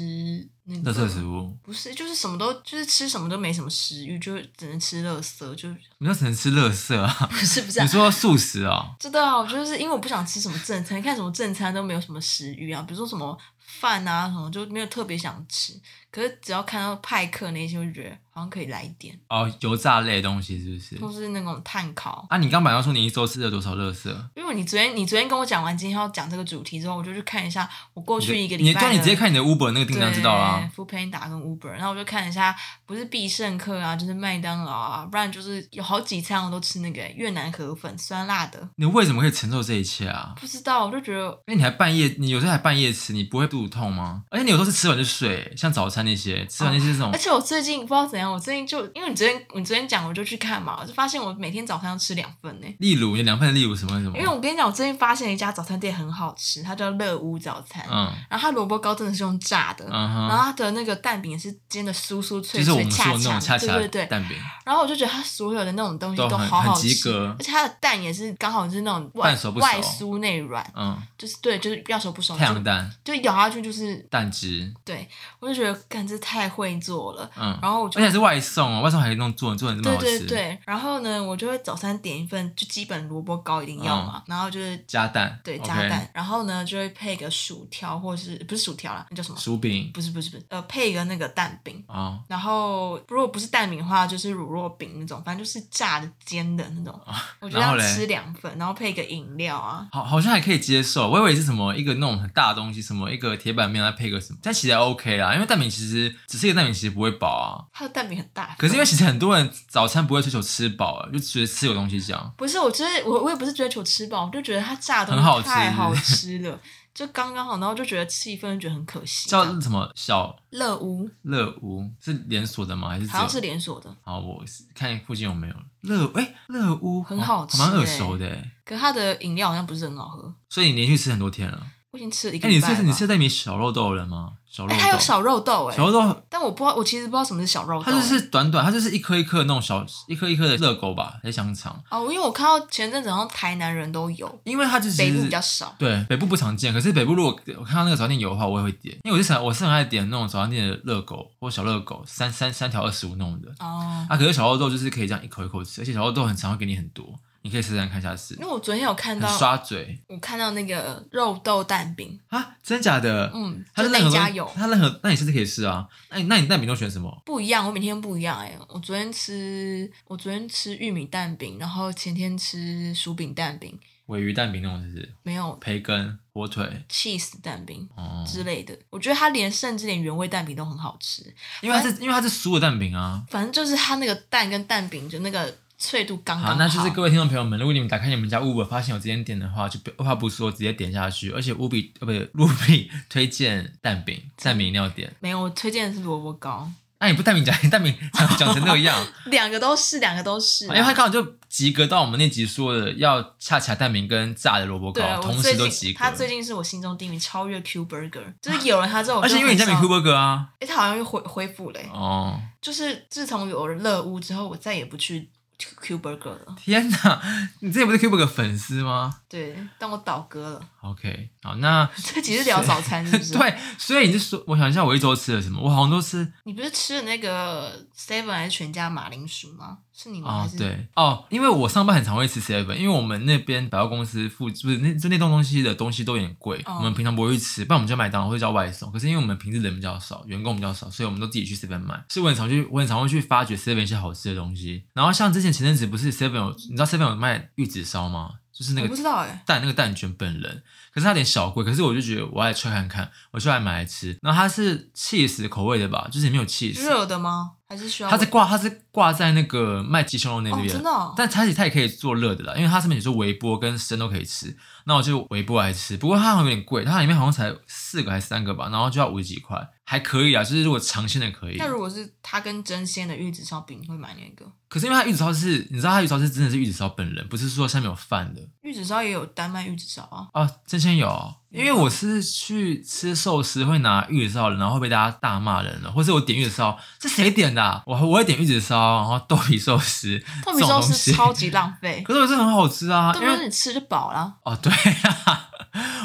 B: 那
A: 垃
B: 个
A: 圾食物，
B: 不是，就是什么都就是吃什么都没什么食欲，就只能吃垃圾，就
A: 你那只能吃垃圾啊？
B: 不是 不是、
A: 你
B: 啊。
A: 说素食啊？
B: 知道，就是因为我不想吃什么正餐，看什么正餐都没有什么食欲啊，比如说什么饭啊什么，就没有特别想吃。可是只要看到派克那些，我就觉得好像可以来一点，
A: 哦，油炸类的东西是不
B: 或
A: 是？
B: 是那种碳烤。
A: 啊，你刚本来要说你一周吃了多少垃圾？
B: 因为你昨天你昨天跟我讲完今天要讲这个主题之后，我就去看一下我过去一个
A: 你
B: 礼拜的，
A: 对，你直接看你的 Uber 那个订单知道啦。
B: f o o Panda 跟 Uber，然后我就看一下，不是必胜客啊，就是麦当劳啊，不然就是有好几餐我都吃那个越南河粉，酸辣的。
A: 你为什么可以承受这一切啊？
B: 不知道，我就觉得
A: 因为你还半夜，你有时候还半夜吃，你不会肚子痛吗？而且你有时候是吃完就睡，像早餐那些，吃完那些这种
B: 而，且我最近不知道怎样，我最近就因为你昨天你昨天讲，我就去看嘛，我就发现我每天早上要吃两份呢、
A: 例如你两份，例如什么什么
B: 因为，我跟你讲，我最近发现了一家早餐店很好吃，它叫乐屋早餐，
A: 嗯
B: 然后它萝卜糕真的是用炸的，
A: 嗯哼，
B: 然后它的那个蛋饼是煎的酥酥脆
A: 就是我
B: 脆
A: 们
B: 恰
A: 说的那种恰恰
B: 对对对。
A: 蛋饼，
B: 然后我就觉得它所有的那种东西
A: 都很
B: 好好
A: 很及
B: 吃
A: 格
B: 而且它的蛋也是刚好是那种外
A: 半熟不熟
B: 外酥内软，
A: 嗯，
B: 就是对，就是要熟不熟，
A: 太阳蛋、
B: 哦就就咬下去就是
A: 蛋汁，
B: 对，我就觉得干这太会做了。
A: 嗯，
B: 然后我就
A: 而且是外送哦，外送还可以弄做，做的这么
B: 哦对
A: 好吃，
B: 对对，然后呢，我就会早餐点一份，就基本萝卜糕一定要嘛，然后就是
A: 加蛋，
B: 对
A: 嗯 OK
B: 加蛋然后呢就会配个薯条或是不是薯条啦，那叫什么？
A: 薯饼
B: 不是不是不是，呃，配一个那个蛋饼。
A: 哦，
B: 然后，如果不是蛋饼的话，就是乳酪饼那种，反正就是炸的、煎的那种。我觉
A: 啊然
B: 得要
A: 后嘞
B: 吃两份，然后配一个饮料啊。
A: 好，好像还可以接受。我以为是什么一个那种很大的东西，什么一个铁板面，再配个什么，但其实还 OK 啦。因为蛋饼其实只是一个蛋饼，其实不会饱啊。
B: 它的蛋饼很大份，
A: 可是因为其实很多人早餐不会追求吃饱啊，就觉得吃有东西讲。
B: 不是，我就是我，我也不是追求吃饱，我就觉得它炸的
A: 很好吃
B: 太好吃了，就刚刚好，然后就觉得吃一份就觉得很可惜。啊这
A: 叫
B: 样
A: 什么小
B: 乐屋，
A: 乐屋是连锁的吗？还是只
B: 好像
A: 有？
B: 是连锁的，
A: 好，我看附近有没有乐哎乐屋，
B: 很好吃
A: 哦蛮耳
B: 欸
A: 熟的欸。
B: 可它的饮料好像不是很好喝。
A: 所以你连续吃很多天了。
B: 我已经吃了一个
A: 哎，你
B: 礼拜
A: 是
B: 了吧。
A: 你是在里小肉豆的人吗？小肉
B: 哎，
A: 豆，
B: 它有小肉豆哎、
A: 小肉豆，
B: 但我不知道，我其实不知道什么是小肉豆、
A: 它就是短短，它就是一颗一颗的那种小一颗一颗的热狗吧，还是香肠。
B: 哦，因为我看到前阵子好像台南人都有，
A: 因为它就是
B: 北部比较少。
A: 对北部不常见，可是北部如果我看到那个早餐店有的话，我也会点，因为我是想我是很爱点那种早餐店的热狗或小热狗，三三三条二十五那种的
B: 哦，
A: 啊。可是小肉豆就是可以这样一口一口吃，而且小肉豆很常会给你很多，你可以试试看看下次
B: 因，为我昨天有看到
A: 很，刷嘴
B: 我看到那个肉豆蛋饼，
A: 啊，真假的？
B: 嗯，
A: 它
B: 就
A: 任
B: 那
A: 何
B: 家
A: 东西
B: 有
A: 它任何，那你甚至可以试啊。那你那你蛋饼都选什么？
B: 不一样，我每天不一样哎、我昨天吃，我昨天吃玉米蛋饼，然后前天吃薯饼蛋饼，
A: 尾鱼蛋饼那种是不是？
B: 没有
A: 培根、火腿，
B: cheese 蛋饼
A: 哦、
B: 之类的。我觉得它连甚至连原味蛋饼都很好吃，
A: 因为它是因为它是酥的蛋饼啊。
B: 反正就是它那个蛋跟蛋饼就那个脆度刚刚
A: 好，
B: 好。
A: 那就是各位听众朋友们，如果你们打开你们家 Uber 发现有这间店的话，就不二话不说直接点下去。而且 Uber 呃不对，Ruby 推荐蛋饼，蛋 饼一定要点。
B: 没有，我推荐的是萝卜糕，
A: 那、你不蛋饼讲蛋饼讲讲成那样，
B: 两个都是，两个都 是、啊
A: 因哎为它刚好就及格到我们那集说的要恰恰蛋饼跟炸的萝卜
B: 对啊，
A: 糕
B: 我
A: 同
B: 最
A: 时都
B: 近
A: 及格
B: 他。最近是我心中第一名，超越 Q Burger，就是有了他之后我
A: 而
B: 就
A: 且
B: 很少，
A: 因为你家没 Q Burger 啊，
B: 哎、他好像又恢恢复了、欸
A: 哦
B: 就是自从有了乐屋之后，我再也不去 Q- Q Burger 了。
A: 天哪，你之前不是 Q Burger 粉丝吗
B: 对，但我倒戈了。
A: ？OK，好那。
B: 这集是聊早餐是不是？，
A: 对，所以你是说，我想一下，我一周吃了什么？我好像都吃
B: 你不是吃了那个 Seven 还是全家马铃薯吗？是你吗？
A: 哦
B: 还，是，
A: 对哦，因为我上班很常会吃 seven，因为我们那边百货公司附不是那就那栋东西的东西都有点贵，
B: 哦
A: 我们平常不会去吃，不然我们叫麦当劳或者叫外送。可是因为我们平时人比较少，员工比较少，所以我们都自己去 seven 买。所以我很常去，我很常会去发掘 seven 一些好吃的东西。然后像之前前阵子不是 seven 有，你知道 seven 有卖玉子烧吗？就是那
B: 我
A: 个
B: 不知道哎、
A: 蛋那个蛋卷本人，可是它有点小贵，可是我就觉得我来 try 看看，我就来买来吃。然后它是 cheese 口味的吧，就是里面有 cheese，
B: 热的吗？还是需要？
A: 它是挂它是挂在那个卖鸡胸肉那
B: 哦，
A: 边。
B: 真的、哦。
A: 但它也它也可以做热的啦，因为它上面也说微波跟生都可以吃，那我就微波来吃。不过它好像有点贵，它里面好像才四个还是三个吧，然后就要五十几块，还可以啊。就是如果尝鲜的可以
B: 那，如果是它跟真鲜的玉子烧饼，你会买哪个？
A: 可是因为它玉子烧是，你知道它玉子烧是真的是玉子烧本人，不是说下面有饭的
B: 玉子烧也有丹麦玉子烧啊。
A: 啊。真鲜有哦，因为我是去吃寿司会拿玉子烧的，然后会被大家大骂人了，或是我点玉子烧，这谁点的、啊？我我会点玉子烧，然后豆皮寿司，
B: 透明寿
A: 这
B: 司
A: 种东西
B: 超级浪 费，
A: 可是我是很好吃啊，
B: 对
A: 因
B: 不
A: 为
B: 对？你吃就饱啦。
A: 哦，对啊，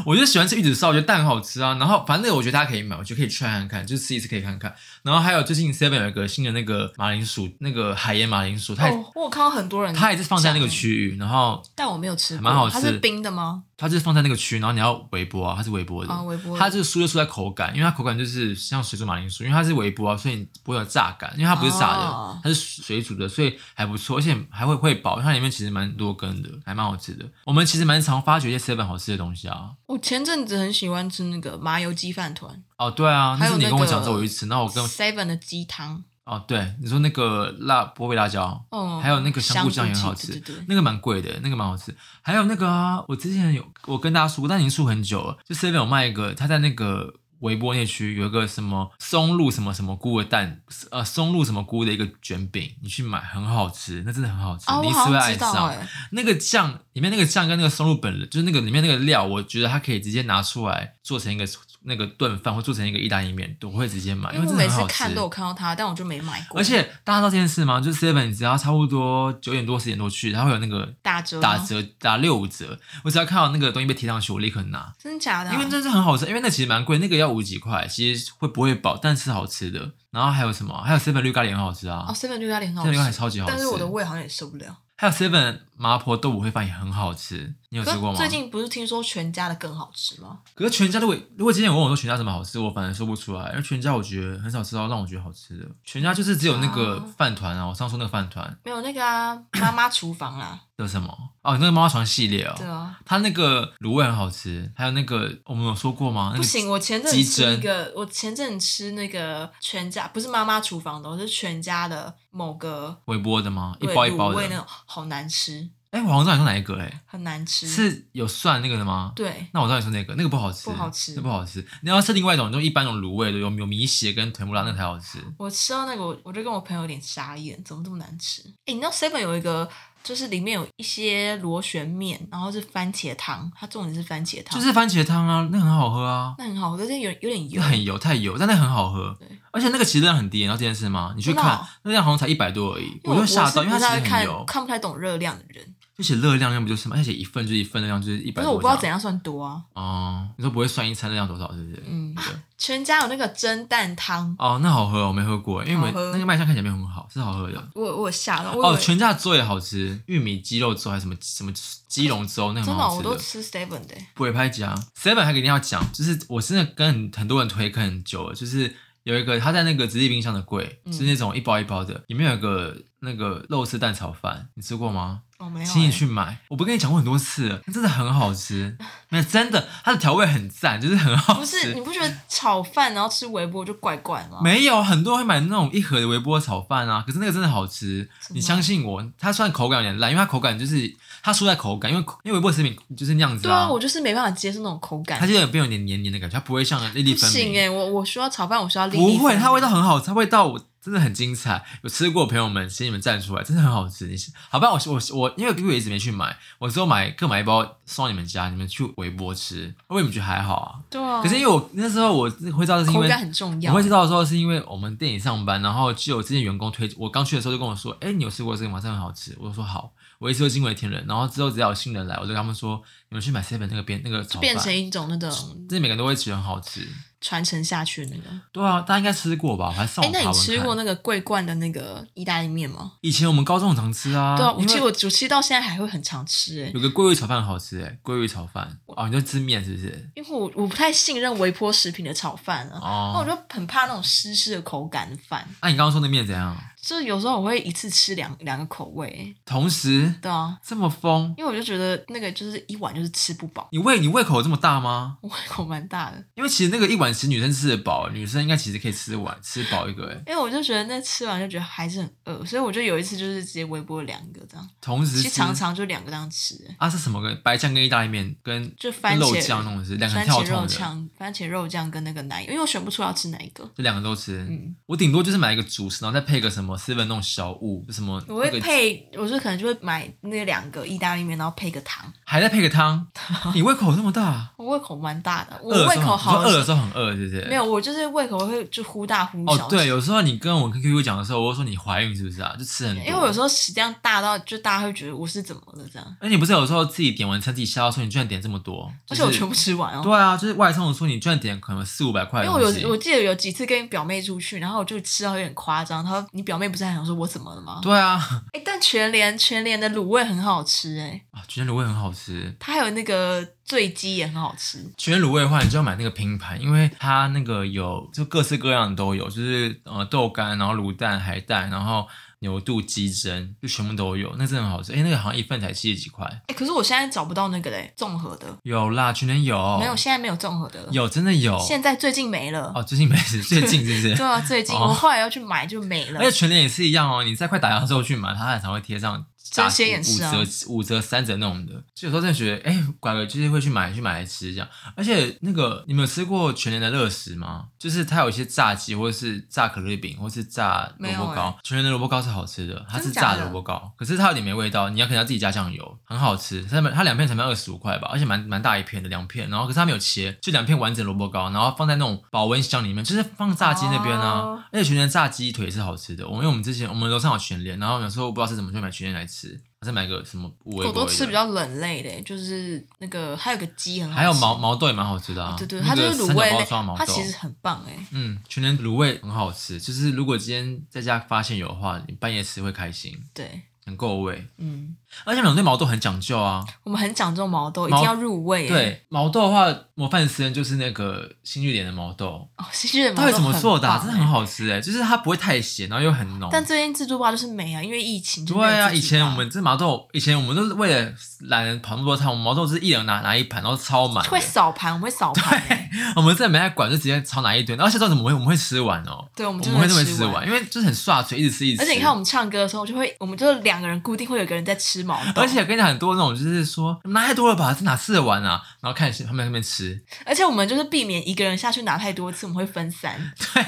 A: 我就喜欢吃玉子烧，我觉得蛋很好吃啊。然后反正那个我觉得大家可以买，我觉得可以 try 看看，就吃一次可以看看。然后还有最近 Seven 有一个新的那个马铃薯，那个海盐马铃薯，它也、
B: 哦，我有看到很多人，
A: 它也是放在那个，区域，然后
B: 但我没有吃过，
A: 蛮好吃
B: 它是冰的吗？
A: 它就是放在那个区，然后你要微波啊，它是微波的。
B: 啊，微波的，
A: 它这个酥就酥在口感，因为它口感就是像水煮马铃薯，因为它是微波啊，所以你不会有炸感，因为它不是炸的，
B: 哦
A: 它是水煮的，所以还不错，而且还会会饱，因为它里面其实蛮多根的，还蛮好吃的。我们其实蛮常发掘一些 seven 好吃的东西啊，
B: 我前阵子很喜欢吃那个麻油鸡饭团
A: 哦，对啊，那
B: 还有
A: 是你
B: 那
A: 跟我
B: 个
A: 讲之后我去吃，然后我跟
B: ，Seven 的鸡汤，
A: 哦，对，你说那个辣波贝辣椒，
B: 哦，
A: 还有那个香菇酱也很好
B: 香
A: 吃
B: 菇鸡对对对，
A: 那个蛮贵的，那个蛮好吃。还有那个啊，我之前有我跟大家说过，但已经说很久了，就 seven 有卖一个，他在那个微波那区有一个什么松露什么什么菇的蛋，呃，松露什么菇的一个卷饼，你去买很好吃，那真的很好吃，
B: 啊，
A: 你
B: 我
A: 一次
B: 好
A: 会
B: 像
A: 爱
B: 知道
A: 上。
B: 哎，
A: 那个酱里面那个酱跟那个松露本人，就是那个里面那个料，我觉得它可以直接拿出来做成一个那个炖饭，或做成一个意大利面，我会直接买，因为
B: 因为我
A: 真的
B: 每
A: 很
B: 次
A: 好吃
B: 看。都有看到它，但我就没买过。
A: 而且大家知道这件事吗？就是 Seven，只要差不多九点多十点多去，它会有那个
B: 打折啊吗
A: 打折打六五折。我只要看到那个东西被贴上去，我立刻拿，
B: 真的假的啊、
A: 因为真的是很好吃。因为那其实蛮贵，那个要五几块，其实会不会饱，但是好吃的。然后还有什么？还有 Seven 绿咖喱很好吃啊
B: 哦，seven 绿咖喱很好
A: ，Seven 绿咖喱
B: 吃，
A: 超级好吃。
B: 但是我的胃好像也受不了。
A: 还有 Seven 麻婆豆腐烩饭也很好吃，你有
B: 可
A: 吃
B: 是
A: 过吗？
B: 最近不是听说全家的更好吃吗？
A: 可是全家如果如果今天有问我说全家怎么好吃，我反而说不出来，因为全家我觉得很少吃到让我觉得好吃的。全家就是只有那个
B: 啊
A: 饭团啊，我上次说那个饭团
B: 没有那个啊，妈妈厨房啦，
A: 叫什么？哦，那个妈妈床系列
B: 对
A: 哦，
B: 啊。
A: 它那个卤味很好吃，还有那个我们有说过吗？那
B: 不
A: 个
B: 行，我前阵
A: 鸡
B: 子吃一
A: 胗
B: 个，我前阵子吃那个全家，不是妈妈厨房的，哦我是全家的某个
A: 微波的吗？一
B: 对
A: 包一包
B: 卤
A: 的
B: 味。那种，好难吃，
A: 哎、我好像知道你说哪一个哎、
B: 很难吃。
A: 是有蒜那个的吗？
B: 嗯对，
A: 那我知道你说那个，那个不好吃，
B: 不好吃
A: 那不好吃。你要吃另外一种，就一般那种卤味的，有有米血跟豚骨拉那个才好吃。
B: 我吃到那个，我我就跟我朋友有点傻眼，怎么这么难吃？哎，你知道 Seven 有一个，就是里面有一些螺旋面，然后是番茄汤，它重点是番茄汤，
A: 就是番茄汤啊，那个很好喝啊，
B: 那很好喝，可是有有点
A: 就
B: 油。
A: 很油，太油，但那很好喝
B: 对。
A: 而且那个其实量很低，你知道这件事吗？你去
B: 真的
A: 看
B: 哦，
A: 那量好像才一百多而已，
B: 我
A: 就吓到，
B: 我
A: 因
B: 是
A: 为
B: 不
A: 它其
B: 太
A: 实很
B: 看
A: 油，
B: 看不太懂热量的人，
A: 就写热量，量不就是吗？而且一份就是一份的量，就是一百多这
B: 但是
A: 样。
B: 我不知道怎样算多啊。
A: 哦，你说不会算一餐热量多少，是不是？
B: 嗯
A: 对，
B: 全家有那个蒸蛋汤，
A: 哦，那好喝哦，我没喝过，因为我们
B: 好喝
A: 那个卖相看起来没有很好，是好喝的。
B: 我我有吓到，我以
A: 哦，
B: 为
A: 全家的粥也好吃，玉米鸡肉粥还是什么什么鸡茸粥，那个
B: 真
A: 蛮
B: 的
A: 好
B: 哦
A: 吃
B: 我
A: 的。
B: 都吃 Seven 的欸，
A: 不会拍夹 Seven 还有一定要讲，就是我真的跟很很多人推坑很久了，就是有一个他在那个直立冰箱的柜，
B: 嗯
A: 是那种一包一包的，里面有个那个肉丝蛋炒饭，你吃过吗？
B: 哦没有
A: 请你
B: 欸，
A: 去买，我不跟你讲过很多次了，真的很好 吃，那真的它的调味很赞，就是很好
B: 不是你
A: 吃。
B: 不觉得炒饭然后吃微波就怪怪吗？
A: 没有很多人会买那种一盒的微波炒饭啊，可是那个真的好吃，
B: 真的
A: 你相信我。它虽然口感有点烂，因为它口感就是它输在口感，因为因为微波食品就是那样子
B: 对
A: 啊
B: 啊，，我就是没办法接受那种口感
A: 它，就有变有点黏黏的感觉，它不会像粒粒
B: 不
A: 分
B: 行
A: 明。
B: 哎，我我需要炒饭，我需要粒粒
A: 不会，
B: 分
A: 它
B: 明
A: 味道很好吃，它味道我真的很精彩。有吃过的朋友们，请你们站出来，真的很好吃。你好吧，我我我因为我也一直没去买，我之后买各买一包送到你们家，你们去微波吃。我以为你们觉得还好啊，
B: 对啊，
A: 可是因为我那时候我会知道是因
B: 口
A: 为
B: 感很重
A: 我
B: 要
A: 会，知道的时候是因为我们店里上班，然后就有之前员工推，我刚去的时候就跟我说，哎、你有吃过这个吗？真的很好吃。我就说好，我一吃就惊为天人。然后之后只要有新人来，我就跟他们说，你们去买 seven 那个边那个炒饭，
B: 就变成一种那种
A: 这每个人都会觉得很好吃。
B: 传承下去的那个。
A: 对啊，大家应该吃过吧？我还上
B: 哎，
A: 网
B: 那
A: 查
B: 你
A: 文
B: 吃
A: 看
B: 过那个桂冠的那个意大利面吗？
A: 以前我们高中很常吃啊，
B: 对啊，我
A: 因
B: 其
A: 为
B: 实我我吃到现在还会很常吃哎，
A: 有个鲑鱼炒饭很好吃哎、鲑鱼炒饭哦，你就吃面是不是？
B: 因为我我不太信任微波食品的炒饭啊，那我
A: 哦，
B: 就很怕那种湿湿的口感的饭，
A: 那、你刚刚说那面怎样？
B: 就是有时候我会一次吃两两个口味，
A: 同时
B: 对啊，
A: 这么疯，
B: 因为我就觉得那个就是一碗就是吃不饱，
A: 你胃你胃口这么大吗？
B: 我胃口蛮大的，
A: 因为其实那个一碗其实女生吃得饱，女生应该其实可以吃碗吃饱一个哎、
B: 因为我就觉得那吃完就觉得还是很饿，所以我就有一次就是直接微波两个这样，
A: 同时
B: 其实
A: 吃
B: 常常就两个这样吃、哎
A: 啊是什么跟白酱跟意大利面跟
B: 就番
A: 肉
B: 茄
A: 酱那种是两个
B: 番
A: 跳
B: 茄肉
A: 痛的。
B: 酱、番茄肉酱跟那个奶油，因为我选不出要吃哪一个。
A: 就两个都吃，
B: 嗯
A: 我顶多就是买一个主食，然后再配个什么 seven 那种小物，什么
B: 我会
A: 那个
B: 配，我就可能就会买那两个意大利面，然后配个糖。
A: 还再配个汤， 你胃口这么大，
B: 我胃口蛮大的，我
A: 饿的
B: 胃
A: 时候
B: 口
A: 很你
B: 好
A: 说饿的时候很饿，是不是？
B: 没有，我就是胃口会就忽大忽
A: 哦，
B: 小。
A: 对，，有时候你跟我跟 QQ 讲的时候，我会说你怀孕是不是啊？就吃很多。
B: 因为我有时候食量大到就大家会觉得我是怎么了这样，
A: 而你不是有时候自己点完餐自己吓到说你居然点这么多，
B: 而
A: 就是、
B: 且我全部吃完哦。
A: 对啊，就是外送的说你居然点可能四五百块的
B: 因为
A: 东
B: 我
A: 西。
B: 有我记得有几次跟表妹出去，然后我就吃到有点夸张，她说你表妹不是还想说我怎么了吗？
A: 对啊，
B: 哎，但全联全联的卤味很好吃哎，
A: 啊，全卤味很好吃。
B: 它还有那个醉鸡也很好吃，
A: 全卤味的话，你就要买那个拼盘，因为它那个有就各式各样的都有，就是呃豆干，然后卤蛋、海带，然后牛肚、鸡胗，就全部都有，那真的很好吃。哎、那个好像一份才七十几块，
B: 哎，可是我现在找不到那个嘞，综合的
A: 有啦，全年有，
B: 没有，现在没有综合的了，
A: 哦有真的有。
B: 现在最近没了。
A: 哦，最近没事，最近是不是？
B: 对啊，最近
A: 哦
B: 我后来要去买就没了
A: 而。且全联也是一样哦，你在快打烊的时候去买，它还常会贴上打
B: 真鲜也
A: 五
B: 是啊
A: 折、五折、三折那种的。就有时候真的觉得，哎、拐个就是会去买去买来吃这样。而且那个你们有吃过全年的乐食吗？就是它有一些炸鸡，或者是炸可丽饼，或是炸萝
B: 没有欸
A: 卜糕。全年的萝卜糕是好吃的，它是
B: 真
A: 炸
B: 假的
A: 萝卜糕，可是它有点没味道，你要可能要自己加酱油，很好吃。它们它两片才卖二十五块吧，而且蛮蛮大一片的两片，然后可是它没有切，就两片完整萝卜糕，然后放在那种保温箱里面，就是放炸鸡那边呢、啊。
B: 哦
A: 而且全联炸鸡腿是好吃的，我们因为我们之前我们楼上有全联，然后有时候不知道是怎么就买全联来吃，还是买个什么五味
B: 我
A: 锅
B: 都吃比较冷类的，就是那个还有个鸡很好吃，哦
A: 还有毛毛豆也蛮好吃的啊，
B: 对对，
A: 那
B: 它就
A: 个
B: 是
A: 三
B: 卤
A: 角
B: 味
A: 包
B: 类
A: 装毛，
B: 它
A: 豆
B: 其实很棒哎。
A: 嗯，全联卤味很好吃，就是如果今天在家发现有的话，你半夜吃会开心，
B: 对，
A: 很够味，
B: 嗯，
A: 而且我们对毛豆很讲究啊，
B: 我们很讲究毛豆，一
A: 毛
B: 定要入味。，
A: 对毛豆的话，模范诗人就是那个新玉莲的毛豆，
B: 哦，西西的毛
A: 到
B: 豆
A: 底怎么做的啊、
B: 棒
A: 真
B: 欸
A: 的很。好吃哎、就是它不会太咸，然后又很浓，
B: 但最近自助吧就是没啊，因为疫情就没有
A: 对啊，
B: 自助
A: 以前
B: 吧
A: 我们这毛豆，以前我们都是为了懒得跑那么多趟，我们毛豆是一人拿拿一盘，然后超满的。啊
B: 会扫盘，我们会扫盘欸。
A: 我们真的没在管，就直接超拿一堆。然后现在怎么会我们会吃完哦？
B: 对，我
A: 我
B: 们真
A: 们会这么
B: 的
A: 吃
B: 完。
A: 完，因为就是很刷嘴，一直吃一直吃。
B: 而且你看我们唱歌的时候，就会我们就是两个人固定会有一个人在吃毛豆，
A: 而且跟你讲很多那种，就是说拿太多了吧，这哪吃得完啊？然后看他们在那边吃，
B: 而且我们就是避免一个人下去拿太多次，我们会分散，
A: 对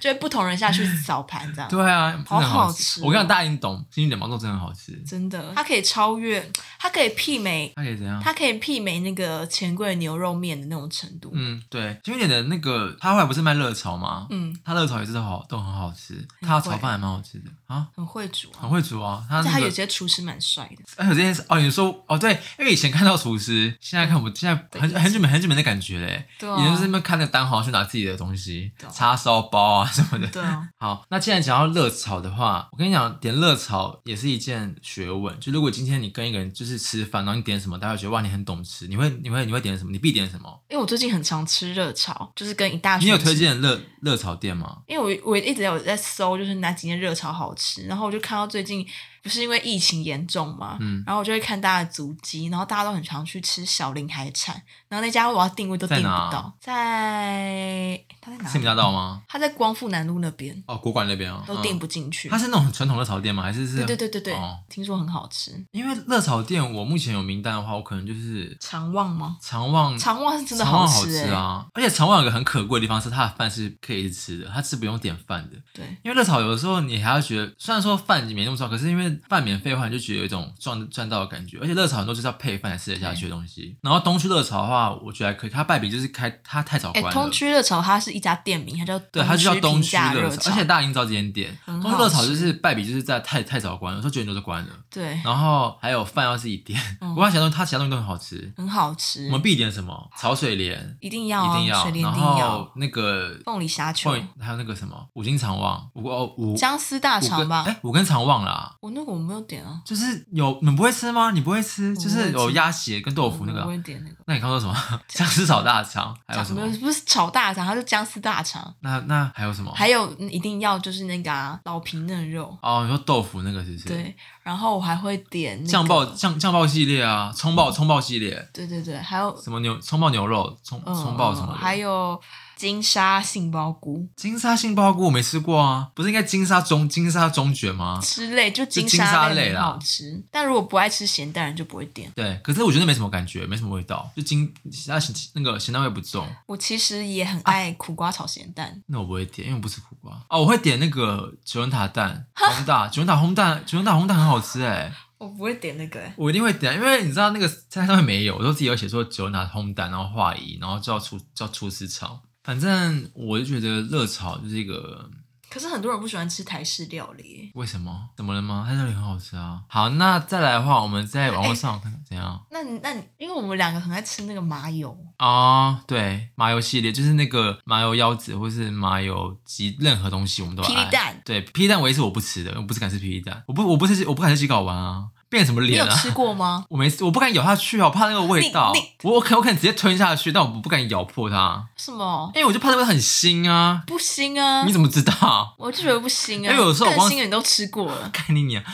B: 就会不同人下去扫盘这 样。
A: 对啊，真的
B: 好好
A: 吃。
B: 吃哦
A: 我跟你讲，大家已经懂，新玉的毛豆真的很好吃。
B: 真的，它可以超越，它可以媲美，
A: 它可以怎样？
B: 它可以媲美那个钱柜牛肉面的那种程度。
A: 嗯，对，新玉莲的那个，它后来不是卖热炒吗？
B: 嗯，
A: 它热炒也是都好，都很好吃，它的炒饭还蛮好吃的啊。
B: 很会煮
A: 很
B: 啊，
A: 会煮啊，他
B: 而且
A: 那
B: 他
A: 个
B: 有，些厨师蛮帅的。
A: 而且这件事哦，你说哦，对，因为以前看到厨师，现在看不，现在很
B: 对
A: 很久没很久没那感觉嘞，
B: 对啊
A: 以前就是那边看那个单行去拿自己的东西
B: 对，啊
A: 叉烧包啊什么的。
B: 对啊，
A: 好，那既然讲到热炒的话，我跟你讲，点热炒也是一件学问。就如果今天你跟一个人就是吃饭，然后你点什么，大家会觉得哇，你很懂吃，你会你会你会点什么？你必点什么？
B: 因为我最近很常吃热炒，就是跟一大
A: 你
B: 群。
A: 有推？荐热热炒店吗？
B: 因为我我一直有在搜，就是哪几间热炒好吃，然后我就看到最近不是因为疫情严重嘛，
A: 嗯
B: 然后我就会看大家的足迹，然后大家都很常去吃小林海产，然后那家我要定位都
A: 在
B: 定不
A: 哪
B: 到，在他在哪
A: 市民
B: 里？
A: 大道吗？
B: 他在光复南路那边啊
A: 哦，国馆那边哦，
B: 都订
A: 不。
B: 不进去。
A: 它是那种很传统的炒店吗？还是是？
B: 对对对对对，
A: 哦
B: 听说很好吃。
A: 因为热炒店，我目前有名单的话，我可能就是
B: 长旺吗？
A: 长旺，
B: 长旺是真的
A: 长旺好
B: 吃哎、
A: 啊！而且长旺有个很可贵的地方是，它的饭是可以一直吃的，它是不用点饭的。
B: 对，
A: 因为热炒有的时候你还要觉得，虽然说饭没那么重，可是因为饭免费的话，你就觉得有一种赚赚到的感觉。而且热炒很多就是要配饭才吃得下去的东西。然后东区热炒的话，我觉得还可以，它败笔就是开它太早
B: 哎、
A: 关了。
B: 通区热炒它是一家店名，它叫
A: 对，它就叫东区
B: 区平价
A: 热
B: 热
A: 炒，而且大家已经知道这间店。
B: 很
A: 东
B: 好
A: 区热炒
B: 吃
A: 就是败笔，就是在太太早关了，说九点多就关了。
B: 对，
A: 然后还有饭要自己点，
B: 嗯
A: 不过它其他东西它其他东西都很好吃。
B: 很好吃
A: 我，们必点什么？炒水莲
B: 一定要
A: 一
B: 啊，
A: 定要，
B: 水莲
A: 然
B: 一定要
A: 后，那个
B: 凤梨虾球
A: 凤，梨还有那个什么五斤肠旺，五哦五
B: 姜丝大
A: 五
B: 肠
A: 根
B: 吧。
A: 哎，五根肠旺啦。
B: 我那个我没有点啊，
A: 就是有你们不会吃吗？你不会吃，
B: 不会
A: 就是有
B: 吃
A: 鸭血跟豆
B: 我
A: 腐那
B: 我不
A: 个。
B: 会点那个。
A: 那你刚说什 么？姜丝炒大肠，还有什么哦
B: 没？有不是炒大肠，它是姜丝大肠，
A: 那那还有什么？
B: 还有嗯一定要就是那个啊老皮嫩肉，
A: 哦，你说豆腐那个是不是？，
B: 对，然后我还会点那个
A: 酱爆酱酱爆系列啊，葱爆葱爆系列，
B: 对对对，还有
A: 什么牛葱爆牛肉，葱
B: 嗯
A: 葱爆什么的。
B: 还有金沙杏鲍菇
A: 金沙杏鲍菇我没吃过啊，不是应该金沙中金沙中卷吗？
B: 之类，就金
A: 金沙
B: 沙
A: 类啦
B: 很好吃，但如果不爱吃咸，当然就不会点。
A: 对，可是我觉得没什么感觉，没什么味道，就金那咸那个咸蛋味不重，
B: 我其实也
A: 啊
B: 很爱苦瓜炒咸蛋，
A: 那我不会点，因为我不吃苦瓜。哦，我会点那个九层塔蛋烘蛋，九层塔烘蛋，九层塔烘蛋很好吃哎，
B: 我不会点那个、欸。
A: 我一定会点，因为你知道那个菜上面没有，我都自己有写说九层塔烘蛋，然后化疑，然后叫厨叫厨师炒。反正我就觉得热炒就是一个
B: 可是很多人不喜欢吃台式料理欸。
A: 为什么怎么了吗？它料理很好吃啊。好，那再来的话，我们在网络上看看怎样。
B: 那你那你，因为我们两个很爱吃那个麻油，
A: 哦，对，麻油系列就是那个麻油腰子或是麻油鸡，任何东西我们都爱。
B: 霹雳 E 蛋
A: 对，霹雳蛋唯一是我不吃的，我不是敢吃霹雳蛋，我不我不吃我不敢吃鸡睾丸啊，变什么
B: 你
A: 脸
B: 有
A: 啊？
B: 吃过吗？
A: 我没，我不敢咬下去啊，我怕那个味道
B: 你你。
A: 我我可我可能直接吞下去，但我不敢咬破它，
B: 什么
A: 因为我就怕那个很腥啊。
B: 不腥啊
A: 你？怎么知道？哎
B: 我就觉得不腥
A: 因
B: 啊。
A: 为有时候我
B: 更
A: 光
B: 腥的你都吃过了，
A: 看你娘！啊、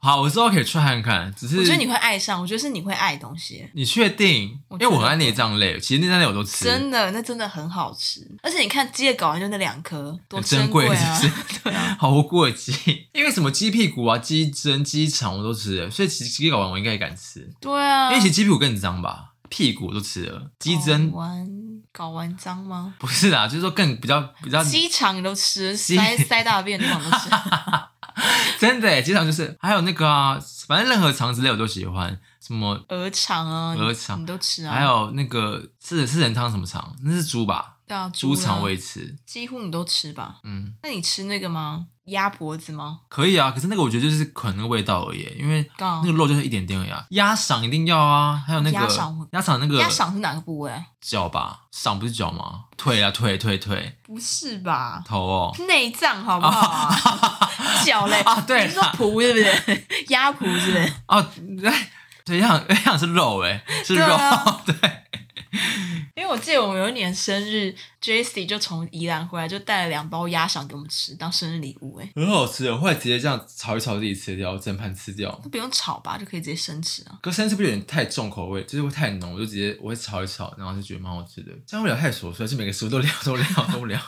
A: 好，我之后可以 try 看看，只是
B: 我觉得你会爱上，我觉得是你会爱的东西，
A: 你确定？
B: 我
A: 因
B: 觉
A: 为
B: 得
A: 我很爱内脏类，其实内脏类我都吃，
B: 真的，那真的很好吃。而且你看鸡的睾丸就那两颗，多
A: 很
B: 珍
A: 珍贵，
B: 啊！
A: 是 不是？对啊，好过鸡，因为什么鸡屁股啊、鸡胗、鸡肠我都吃了，所以其实鸡睾丸我应该也敢吃，
B: 对啊，
A: 因为其实鸡屁股更脏吧，屁股我都吃了，鸡胗
B: 睾丸睾丸脏吗？
A: 不是啦，就是说更比较比较
B: 鸡肠你都吃，
A: 鸡
B: 塞塞大便的地方都吃。
A: 真的耶，鸡肠就是还有那个啊，反正任何肠之类我都喜欢，什么
B: 鹅肠啊，你
A: 鹅肠
B: 你都吃啊，
A: 还有那个四四神汤什么肠，那是猪吧？
B: 对啊，
A: 猪
B: 啦
A: 肠我也吃，
B: 几乎你都吃吧？
A: 嗯。
B: 那你吃那个吗？鸭脖子吗？
A: 可以啊，可是那个我觉得就是可能那个味道而已，因为
B: 刚
A: 那个肉就是一点点而已、啊。鸭肠一定要啊，还有那个
B: 哦鸭肠
A: 鸭肠那个
B: 鸭肠是哪个部位？
A: 脚吧，肠不是脚吗？腿啊腿腿腿，
B: 不是吧？
A: 头哦，
B: 内脏好不好啊？ 脚嘞
A: 啊对啦
B: 你是说脯是不是？鸭脯是不是？
A: 哦，哎对，鸭肠鸭肠是肉哎、是
B: 对
A: 肉，
B: 啊
A: 对,、
B: 因为我记得我们有一年生日，Jesse 就从宜兰回来，就带了两包鸭肠给我们吃当生日礼物、哎，
A: 很好吃，我会直接这样炒一炒自己吃掉，整盘吃掉。
B: 那不用炒吧，就可以直接生吃啊。
A: 可生是不是有点太重口味，就是会太浓，我就直接我会炒一炒，然后就觉得蛮好吃的。这样会有点太琐碎，就每个食物都聊都聊都聊。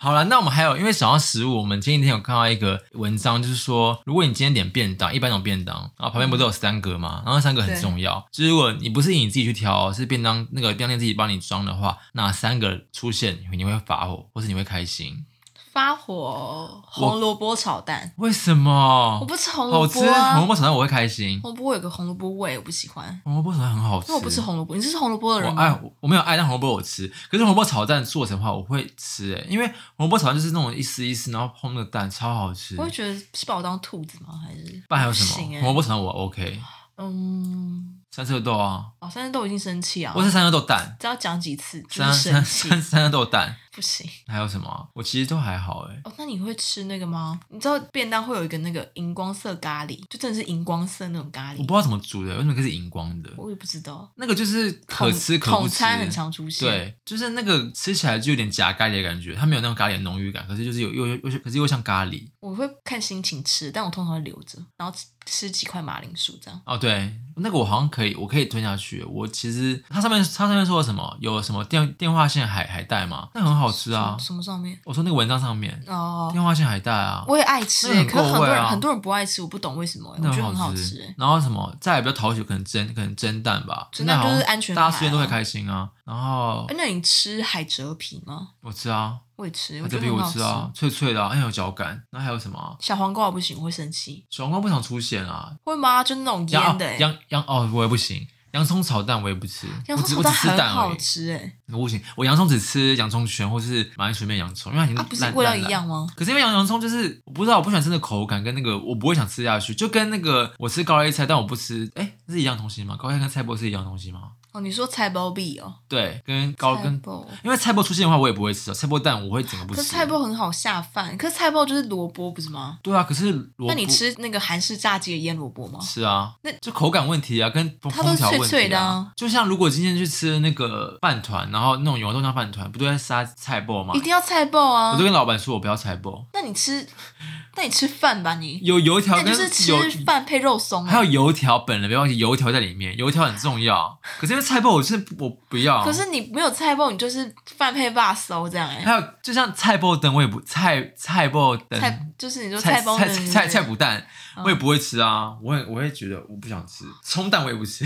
A: 好了，那我们还有，因为想到食物，我们前几天有看到一个文章，就是说，如果你今天点便当，一般那种便当，然后旁边不是有三格嘛，然后三格很
B: 嗯对
A: 重要，就是如果你不是你自己去挑哦，是便当那个便当店自己帮你装的话，哪三个出现你会发火，或是你会开心？
B: 发火红萝卜炒蛋，
A: 为什么
B: 我？不吃红
A: 哦好
B: 萝
A: 吃，
B: 卜啊，
A: 红萝
B: 红
A: 卜炒蛋我会开心，
B: 萝卜有个红萝卜味，我不喜欢。
A: 红萝卜炒蛋很好吃，
B: 因为我不吃红萝卜，你是吃红萝卜的人
A: 我哎
B: 吗？
A: 爱我没有爱，但红萝卜我吃。可是红萝卜炒蛋做成的话，我会吃诶、因为红萝卜炒蛋就是那种一丝一丝，然后烹那个蛋超好吃。
B: 我会觉得是把我当兔子吗？还是
A: 不然还有什
B: 不行
A: 么？
B: 欸
A: 红萝卜炒蛋我 OK，
B: 嗯，
A: 三色豆啊，
B: 哦，三天都已经生气啊
A: 我，是三色豆蛋，
B: 只要讲几次就
A: 三
B: 是生
A: 三
B: 气，
A: 三三色豆蛋，
B: 不行。
A: 还有什么啊、我其实都还好欸诶、
B: 哦，那你会吃那个吗？你知道便当会有一个那个荧光色咖喱，就真的是荧光色那种咖
A: 我
B: 喱
A: 不，知道怎么煮的，为什么可以是荧光的？
B: 我也不知道。
A: 那个就是可吃可
B: 统
A: 不
B: 统
A: 吃。
B: 餐很常出现，
A: 对，就是那个吃起来就有点夹咖喱的感觉，它没有那种咖喱的浓郁感，可是就是有又又又可是又像咖喱
B: 我会看心情吃，但我通常会留着，然后吃吃几块马铃薯这样。
A: 哦，对，那个我好像可以，我可以吞下去。我其实它上面它上面说了什么？有什么电电话线海海带吗？那很好吃啊
B: 什么。什么上面？
A: 我说那个文章上面
B: 哦，
A: 电话线海带啊，
B: 我也爱吃、
A: 那个很
B: 欸，可是很
A: 够
B: 多
A: 味
B: 人、
A: 啊
B: 很多人不爱吃，我不懂为什么、欸，我
A: 那
B: 觉得很好
A: 好
B: 吃、欸。
A: 然后什么再也比较讨喜，可能蒸可能蒸蛋吧，
B: 蒸蛋
A: 好像
B: 就是安全牌啊
A: 大家吃都会开心啊。然后
B: 哎、那你吃海蜇皮吗？
A: 我吃啊，
B: 我也吃，
A: 海
B: 我
A: 蜇
B: 觉得
A: 皮
B: 很
A: 我
B: 好
A: 吃啊，脆脆的、啊，很有嚼感。那还有什么啊？
B: 小黄瓜我不行，我会生气。
A: 小黄瓜不常出现啊，
B: 会吗？就那种
A: 洋
B: 腌的、欸，
A: 洋洋哦，我也不行。洋葱炒蛋我也不吃，
B: 洋
A: 我
B: 葱
A: 只我只
B: 炒蛋
A: 吃
B: 很
A: 蛋而
B: 好
A: 已。
B: 吃、欸，
A: 我不行，我洋葱只吃洋葱圈或是马铃薯面洋葱，因为它已
B: 哎，
A: 经
B: 啊，不是
A: 烂
B: 味道
A: 烂
B: 一
A: 烂
B: 样吗？
A: 可是因为洋洋葱就是我不知道，我不喜欢吃那个口感跟那个，我不会想吃下去，就跟那个我吃高丽菜，但我不吃，哎、是一样东西吗？高丽菜跟菜脯是一样东西吗？
B: 哦，你说菜包币哦，
A: 对，跟高
B: 菜
A: 跟，
B: 包
A: 因为菜脯出现的话，我也不会吃哦，菜脯蛋我会整个不
B: 可
A: 吃。
B: 是菜包很好下饭，可是菜包就是萝卜不是吗？
A: 对啊，可是萝卜
B: 那你吃那个韩式炸鸡的腌萝卜吗？
A: 是啊，
B: 那
A: 就口感问题啊，跟烹
B: 它都
A: 烹调问题、
B: 脆脆的啊
A: 就像如果今天去吃那个饭团，然后那种油豆浆饭团，不都在撒菜脯吗
B: 一？定要菜包啊
A: 我就！跟老板说，我不要菜脯，
B: 那你吃，那你吃饭吧你，
A: 有油条
B: 那你
A: 跟
B: 就是
A: 有
B: 吃饭配肉松、欸，
A: 还有油条本人，别忘记油条在里面，油条很重要。可是因为菜包，我是我不要。
B: 可是你没有菜包，你就是饭配辣烧这样哎、
A: 还有，就像菜包灯，我也不菜菜包灯，
B: 菜就是你说
A: 菜
B: 菜包
A: 菜
B: 的那个
A: 菜菜脯蛋，
B: 嗯
A: 我也不会吃啊。我也我会觉得我不想吃，葱蛋我也不吃，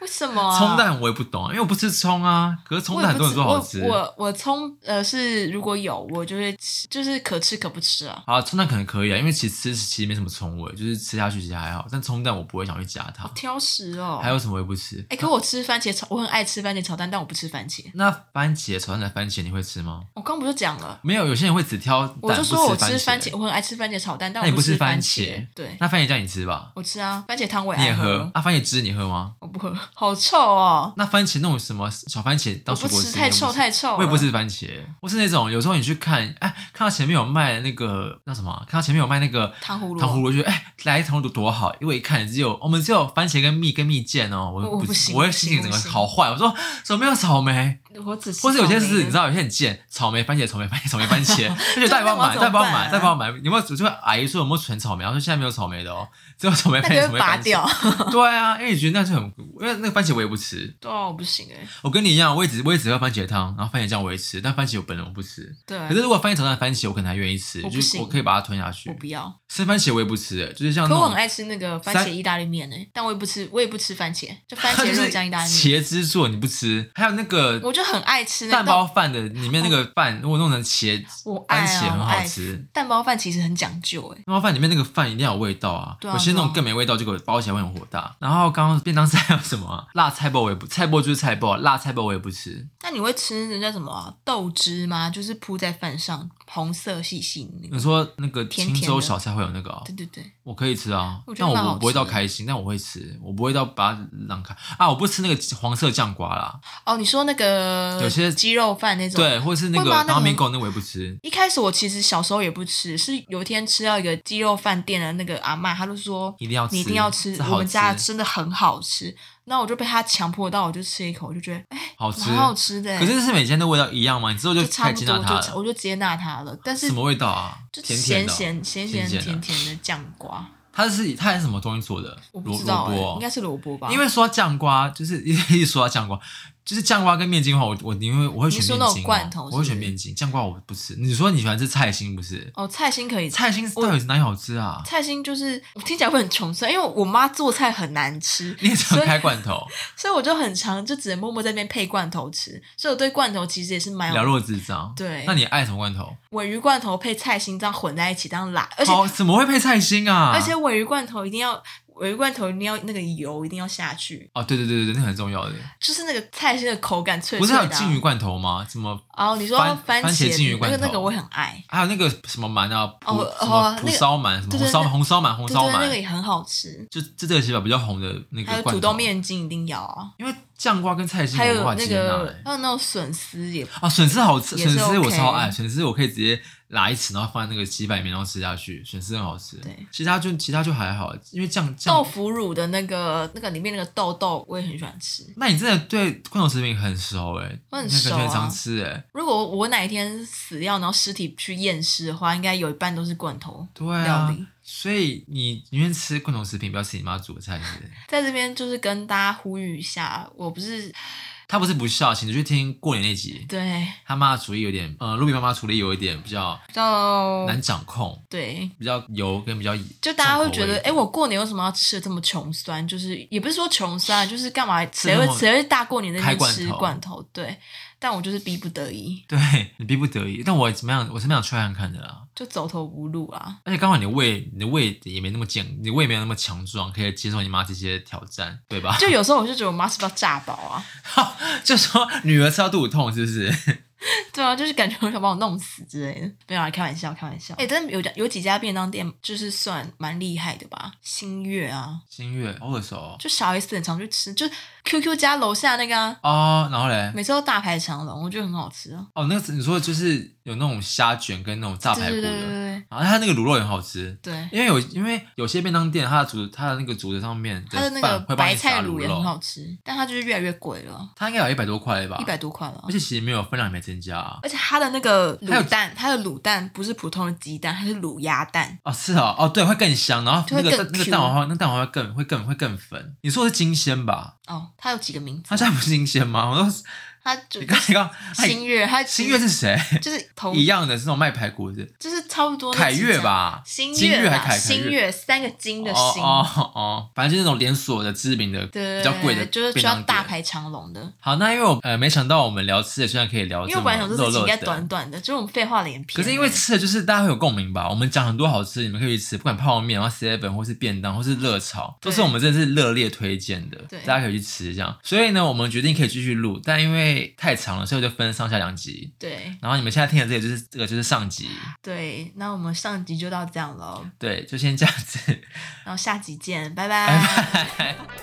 B: 为什么、啊？
A: 葱蛋我也不懂，因为我不吃葱啊。可是葱
B: 我
A: 蛋
B: 也
A: 很
B: 不
A: 多人
B: 知
A: 说
B: 我
A: 好吃。
B: 我我葱呃是如果有我就会吃，就是可吃可不吃啊。
A: 啊，葱蛋可能可以啊，因为其实吃其实没什么葱味，就是吃下去其实还好。但葱蛋我不会想去加它。
B: 挑食哦。
A: 还有什么我也不吃？
B: 哎、可我吃番茄炒，我很爱吃番茄炒蛋，但我不吃番茄。
A: 那番茄炒蛋的番茄你会吃吗？
B: 我刚不就讲了，
A: 没有，有些人会只挑蛋，
B: 我就说
A: 不
B: 我
A: 吃
B: 吃番茄，我很爱吃番茄炒蛋，但
A: 那
B: 我
A: 你不吃
B: 吃番
A: 番茄
B: 对，
A: 那番茄酱你吃吧，
B: 我吃啊，番茄汤我也
A: 你也
B: 爱
A: 喝。啊，番茄汁你喝吗？
B: 我不喝，好臭哦。
A: 那番茄那种什么小番茄
B: 我
A: 当
B: 不
A: 水果
B: 吃
A: 汁，
B: 太
A: 你也
B: 臭
A: 不吃
B: 太臭了，
A: 我也不吃番茄，我是那种有时候你去看，哎，看到前面有卖那个那什么，啊看到前面有卖那个
B: 糖葫芦，
A: 糖葫芦，我觉得哎，来一糖葫芦多好，因为一看只有我们只有番茄跟蜜跟蜜饯哦，我
B: 我我
A: 不
B: 不行
A: 我
B: 不
A: 会心
B: 行
A: 情整
B: 不
A: 个
B: 行
A: 好坏，我说怎么没有草莓？
B: 我只吃
A: 或是有些
B: 草莓啊
A: 是
B: 的
A: 你知道，有些很贱，草莓番茄，草莓番茄，草莓番 茄，就觉得再帮我买，再
B: 那我要怎么
A: 帮我
B: 办
A: 买，
B: 啊
A: 再帮我买，有没有？就会阿姨说有没有纯草莓？然后说现在没有草莓的哦，只有草莓
B: 那
A: 番茄，草
B: 就会
A: 莓
B: 拔
A: 番
B: 掉
A: 茄。。对啊，因为你觉得那是很，因为那个番茄我也不吃，
B: 对啊，我不行哎、
A: 我跟你一样，我也只我也只喝番茄汤，然后番茄酱我也吃，但番茄我本人我不吃。
B: 对，啊
A: 可是如果番茄炒蛋番茄，我可能还愿意吃，
B: 我不
A: 就是
B: 行
A: 我可以把它吞下去
B: 我。不要。
A: 生番茄我也不吃、欸，就是像
B: 可
A: 那
B: 我很
A: 种
B: 爱吃那个番茄
A: 三
B: 意大利面哎、但我也不吃，我也不吃番茄，就番
A: 它就
B: 茄
A: 是
B: 肉酱意大利面。
A: 茄汁做你不吃，还有那个
B: 我就很爱吃那
A: 蛋
B: 个
A: 包饭的里面那个饭，如果弄成茄
B: 我爱
A: 番
B: 啊
A: 茄很
B: 我
A: 好
B: 爱
A: 吃。
B: 蛋包饭其实很讲究哎、
A: 蛋包饭里面那个饭一定要有味道啊！
B: 对啊
A: 有些那
B: 对
A: 种
B: 啊
A: 更没味道，结果包起来会很火大。然后刚刚便当菜还有什么、啊？辣菜包我也不， 菜包就是菜包，啊辣菜包我也不吃。
B: 那你会吃人家什么啊、豆汁吗？就是铺在饭上，红色细细的那
A: 你
B: 个。
A: 说那个
B: 甜
A: 青
B: 甜
A: 州
B: 的
A: 小菜会有那个、哦，
B: 对对对，
A: 我可以吃啊，
B: 我觉
A: 但
B: 得
A: 我
B: 蛮好
A: 我不会
B: 吃
A: 到
B: 的
A: 开心，但我会吃，我不会到把它让开啊，我不吃那个黄色酱瓜啦，
B: 哦，你说那个
A: 有些
B: 鸡肉饭那种，
A: 对，或是那
B: 会
A: 个
B: 吗那个
A: 当米狗那个我也不吃，
B: 一开始我其实小时候也不吃，是有一天吃到一个鸡肉饭店的那个阿嬷，她就说
A: 一定要吃
B: 你一定要吃
A: 这，好
B: 我们家
A: 吃
B: 真的很好吃。那我就被她强迫到，我就吃一口，我就觉得哎，
A: 好吃
B: 蛮。好吃的欸。
A: 可是是每天的味道一样吗？你之后就
B: 就
A: 开
B: 差
A: 始
B: 不
A: 接
B: 多，
A: 纳
B: 我
A: 它
B: 就
A: 了。
B: 我就接纳它了。但是
A: 什么味道啊？
B: 就
A: 甜甜
B: 咸
A: 的哦。
B: 咸咸
A: 甜
B: 咸
A: 甜的
B: 甜甜的酱瓜，
A: 它是它是什么东西做的？
B: 我
A: 萝
B: 不知
A: 萝
B: 道欸，
A: 卜
B: 应
A: 哦
B: 该。是萝卜吧？
A: 因为说到酱瓜，就是 一直说到酱瓜，就是酱瓜跟面筋的话，我我因为我会选
B: 你说
A: 面
B: 那种
A: 筋哦，
B: 罐头是
A: 我会选
B: 不是
A: 面筋，酱瓜我不吃。你说你喜欢吃菜心不是？
B: 哦，菜心可以吃。
A: 菜心到底是哪里好吃啊？
B: 菜心就是我听起来会很穷酸，因为我妈做菜很难吃，
A: 你也常
B: 所以
A: 开罐头，
B: 所以我就很常就只能默默在那边配罐头吃，所以我对罐头其实也是蛮
A: 了
B: 有
A: 若指掌。
B: 哎对
A: 那你爱什么罐头？
B: 尾鱼罐头配菜心这样混在一起这样拉，而且、
A: 好，怎么会配菜心啊？
B: 而且尾鱼罐头一定要尾鱼罐头一定要那个油一定要下去，
A: 哦，对对对对，那个很重要的。
B: 就是那个菜心的口感脆
A: 不
B: 脆
A: 是
B: 的、
A: 还
B: 啊。
A: 有鲫鱼罐头吗？怎么？
B: 哦，你说
A: 番
B: 番
A: 番茄
B: 的
A: 鲫鱼罐头
B: 那个那个我很爱，
A: 还有那个什么鳗啊，蒲
B: 哦
A: 什么
B: 哦
A: 蒲
B: 那个
A: 烧鳗，什么
B: 对对
A: 红烧
B: 那
A: 红烧鳗，红
B: 对
A: 烧
B: 对，那个
A: 鳗，
B: 也很好吃。
A: 就这这个写法比较红的那
B: 还
A: 个
B: 有
A: 罐
B: 土
A: 头
B: 豆，面筋一定要啊，
A: 因为酱瓜跟菜心
B: 还
A: 我无
B: 有
A: 法
B: 那
A: 接纳
B: 个
A: 欸。
B: 还有那种笋丝也
A: 啊，笋丝好吃，
B: 也
A: 笋
B: 是
A: 丝我
B: OK
A: 超爱，笋丝我可以直接拿一匙，然后放在那个鸡板里面，然后吃下去，笋丝很好吃。
B: 对，
A: 其他就其他就还好，因为酱酱
B: 豆腐乳的那个那个里面那个豆豆我也很喜欢吃。
A: 那你真的对罐头食品很熟哎、欸，
B: 我很
A: 你看
B: 熟
A: 感觉很常
B: 啊
A: 吃哎、欸，
B: 如果我哪一天死掉，然后尸体去验尸的话，应该有一半都是罐头。
A: 对
B: 料
A: 啊
B: 理，
A: 所以你宁愿吃罐头食品，不要吃你妈煮的菜是不是
B: 在这边就是跟大家呼吁一下，我不是
A: 她不是不孝，请你去听过年那集，
B: 对
A: 她妈的厨艺有点，呃，露比妈妈厨艺有一点比较
B: 比较
A: 难掌控，
B: 对，
A: 比较油跟比较
B: 哦就大家会觉得，哎、
A: 重口味
B: 我过年为什么要吃的这么穷酸？就是也不是说穷酸，啊就是干嘛谁
A: 那
B: 会
A: 种
B: 谁会大过年那
A: 开
B: 边
A: 罐
B: 吃
A: 头
B: 罐头？对，但我就是逼不得已，
A: 对你逼不得已，但我怎么样，我是蛮想去看看的啦。
B: 就走投无路啊。
A: 而且刚好你的胃，你的胃也没那么健，你的胃没有那么强壮，可以接受你妈这些挑战，对吧？
B: 就有时候我就觉得我妈是不是要炸饱啊？
A: 就说女儿吃到肚子痛，是不是？
B: 对啊，就是感觉我想把我弄死之类的。没有啊，开玩笑，开玩笑。哎、真的有家有几家便当店就是算蛮厉害的吧，星月啊，
A: 新月好耳熟哦
B: 就小 S 很常去吃，就是 QQ 家楼下那个啊，
A: 哦，然后嘞，
B: 每次都大排长龙，我觉得很好吃啊。
A: 哦，那个你说的就是有那种虾卷跟那种炸
B: 对
A: 排骨
B: 对对
A: 的，
B: 对
A: 然后它那个卤肉也很好吃，
B: 对对，
A: 因为有因为有些便当店它的竹它的那个竹子上面
B: 它的那
A: 饭
B: 个
A: 会帮
B: 白
A: 你
B: 菜
A: 撒
B: 卤
A: 卤
B: 也很
A: 肉，啊
B: 好吃，但它就是越来越贵了，
A: 它应该有一百多块吧
B: 一，百多块了
A: 而。且其实没有分量也没增加啊，
B: 而且它的那个
A: 还有
B: 卤蛋，它的卤蛋不是普通的鸡蛋，它是卤鸭蛋，
A: 哦是哦，哦对，会更香，然后
B: 就
A: 那
B: 会
A: 个
B: 更
A: 那个
B: Q
A: 蛋黄花那蛋黄花更会更会更粉，你说的是金鲜吧？
B: 哦，它有几个名字
A: 他？现在不是新鲜吗？ 我说
B: 它就
A: 你刚你刚，哎
B: 星月，它
A: 新月是谁？
B: 就是头
A: 一样的，是那种卖排骨的
B: 就是差不多那
A: 凯
B: 几
A: 悦
B: 家，
A: 吧？
B: 新
A: 金
B: 月
A: 月还
B: 吧
A: 凯凯
B: 新
A: 悦
B: 月三个金的
A: 哦
B: 星，
A: 哦哦，反正就是那种连锁的知名的
B: 对，
A: 比较贵的
B: 就是需
A: 便
B: 要
A: 当
B: 大
A: 店。
B: 排长龙的。
A: 好，那因为我呃没想到我们聊吃的居然可以聊
B: 因为
A: 这
B: 我
A: 么
B: 本来想说
A: 肉
B: 这集
A: 肉
B: 应该
A: 的
B: 短。短的，这种废话连篇。
A: 可是因为吃的就是大家会有共鸣吧，我们讲很多好吃，你们可以去吃，不管泡面，然后 seven 或是便当，或是热炒，都是
B: 对
A: 我们真的是热烈推荐的，
B: 对
A: 大家可以去吃这样。所以呢，我们决定可以继续录，但因为太长了，所以我就分上下两集。
B: 对
A: 然后你们现在听的这个就是这个就是上集，
B: 对，那我们上集就到这样了，
A: 对，就先这样子，
B: 然后下集见，拜
A: 拜拜。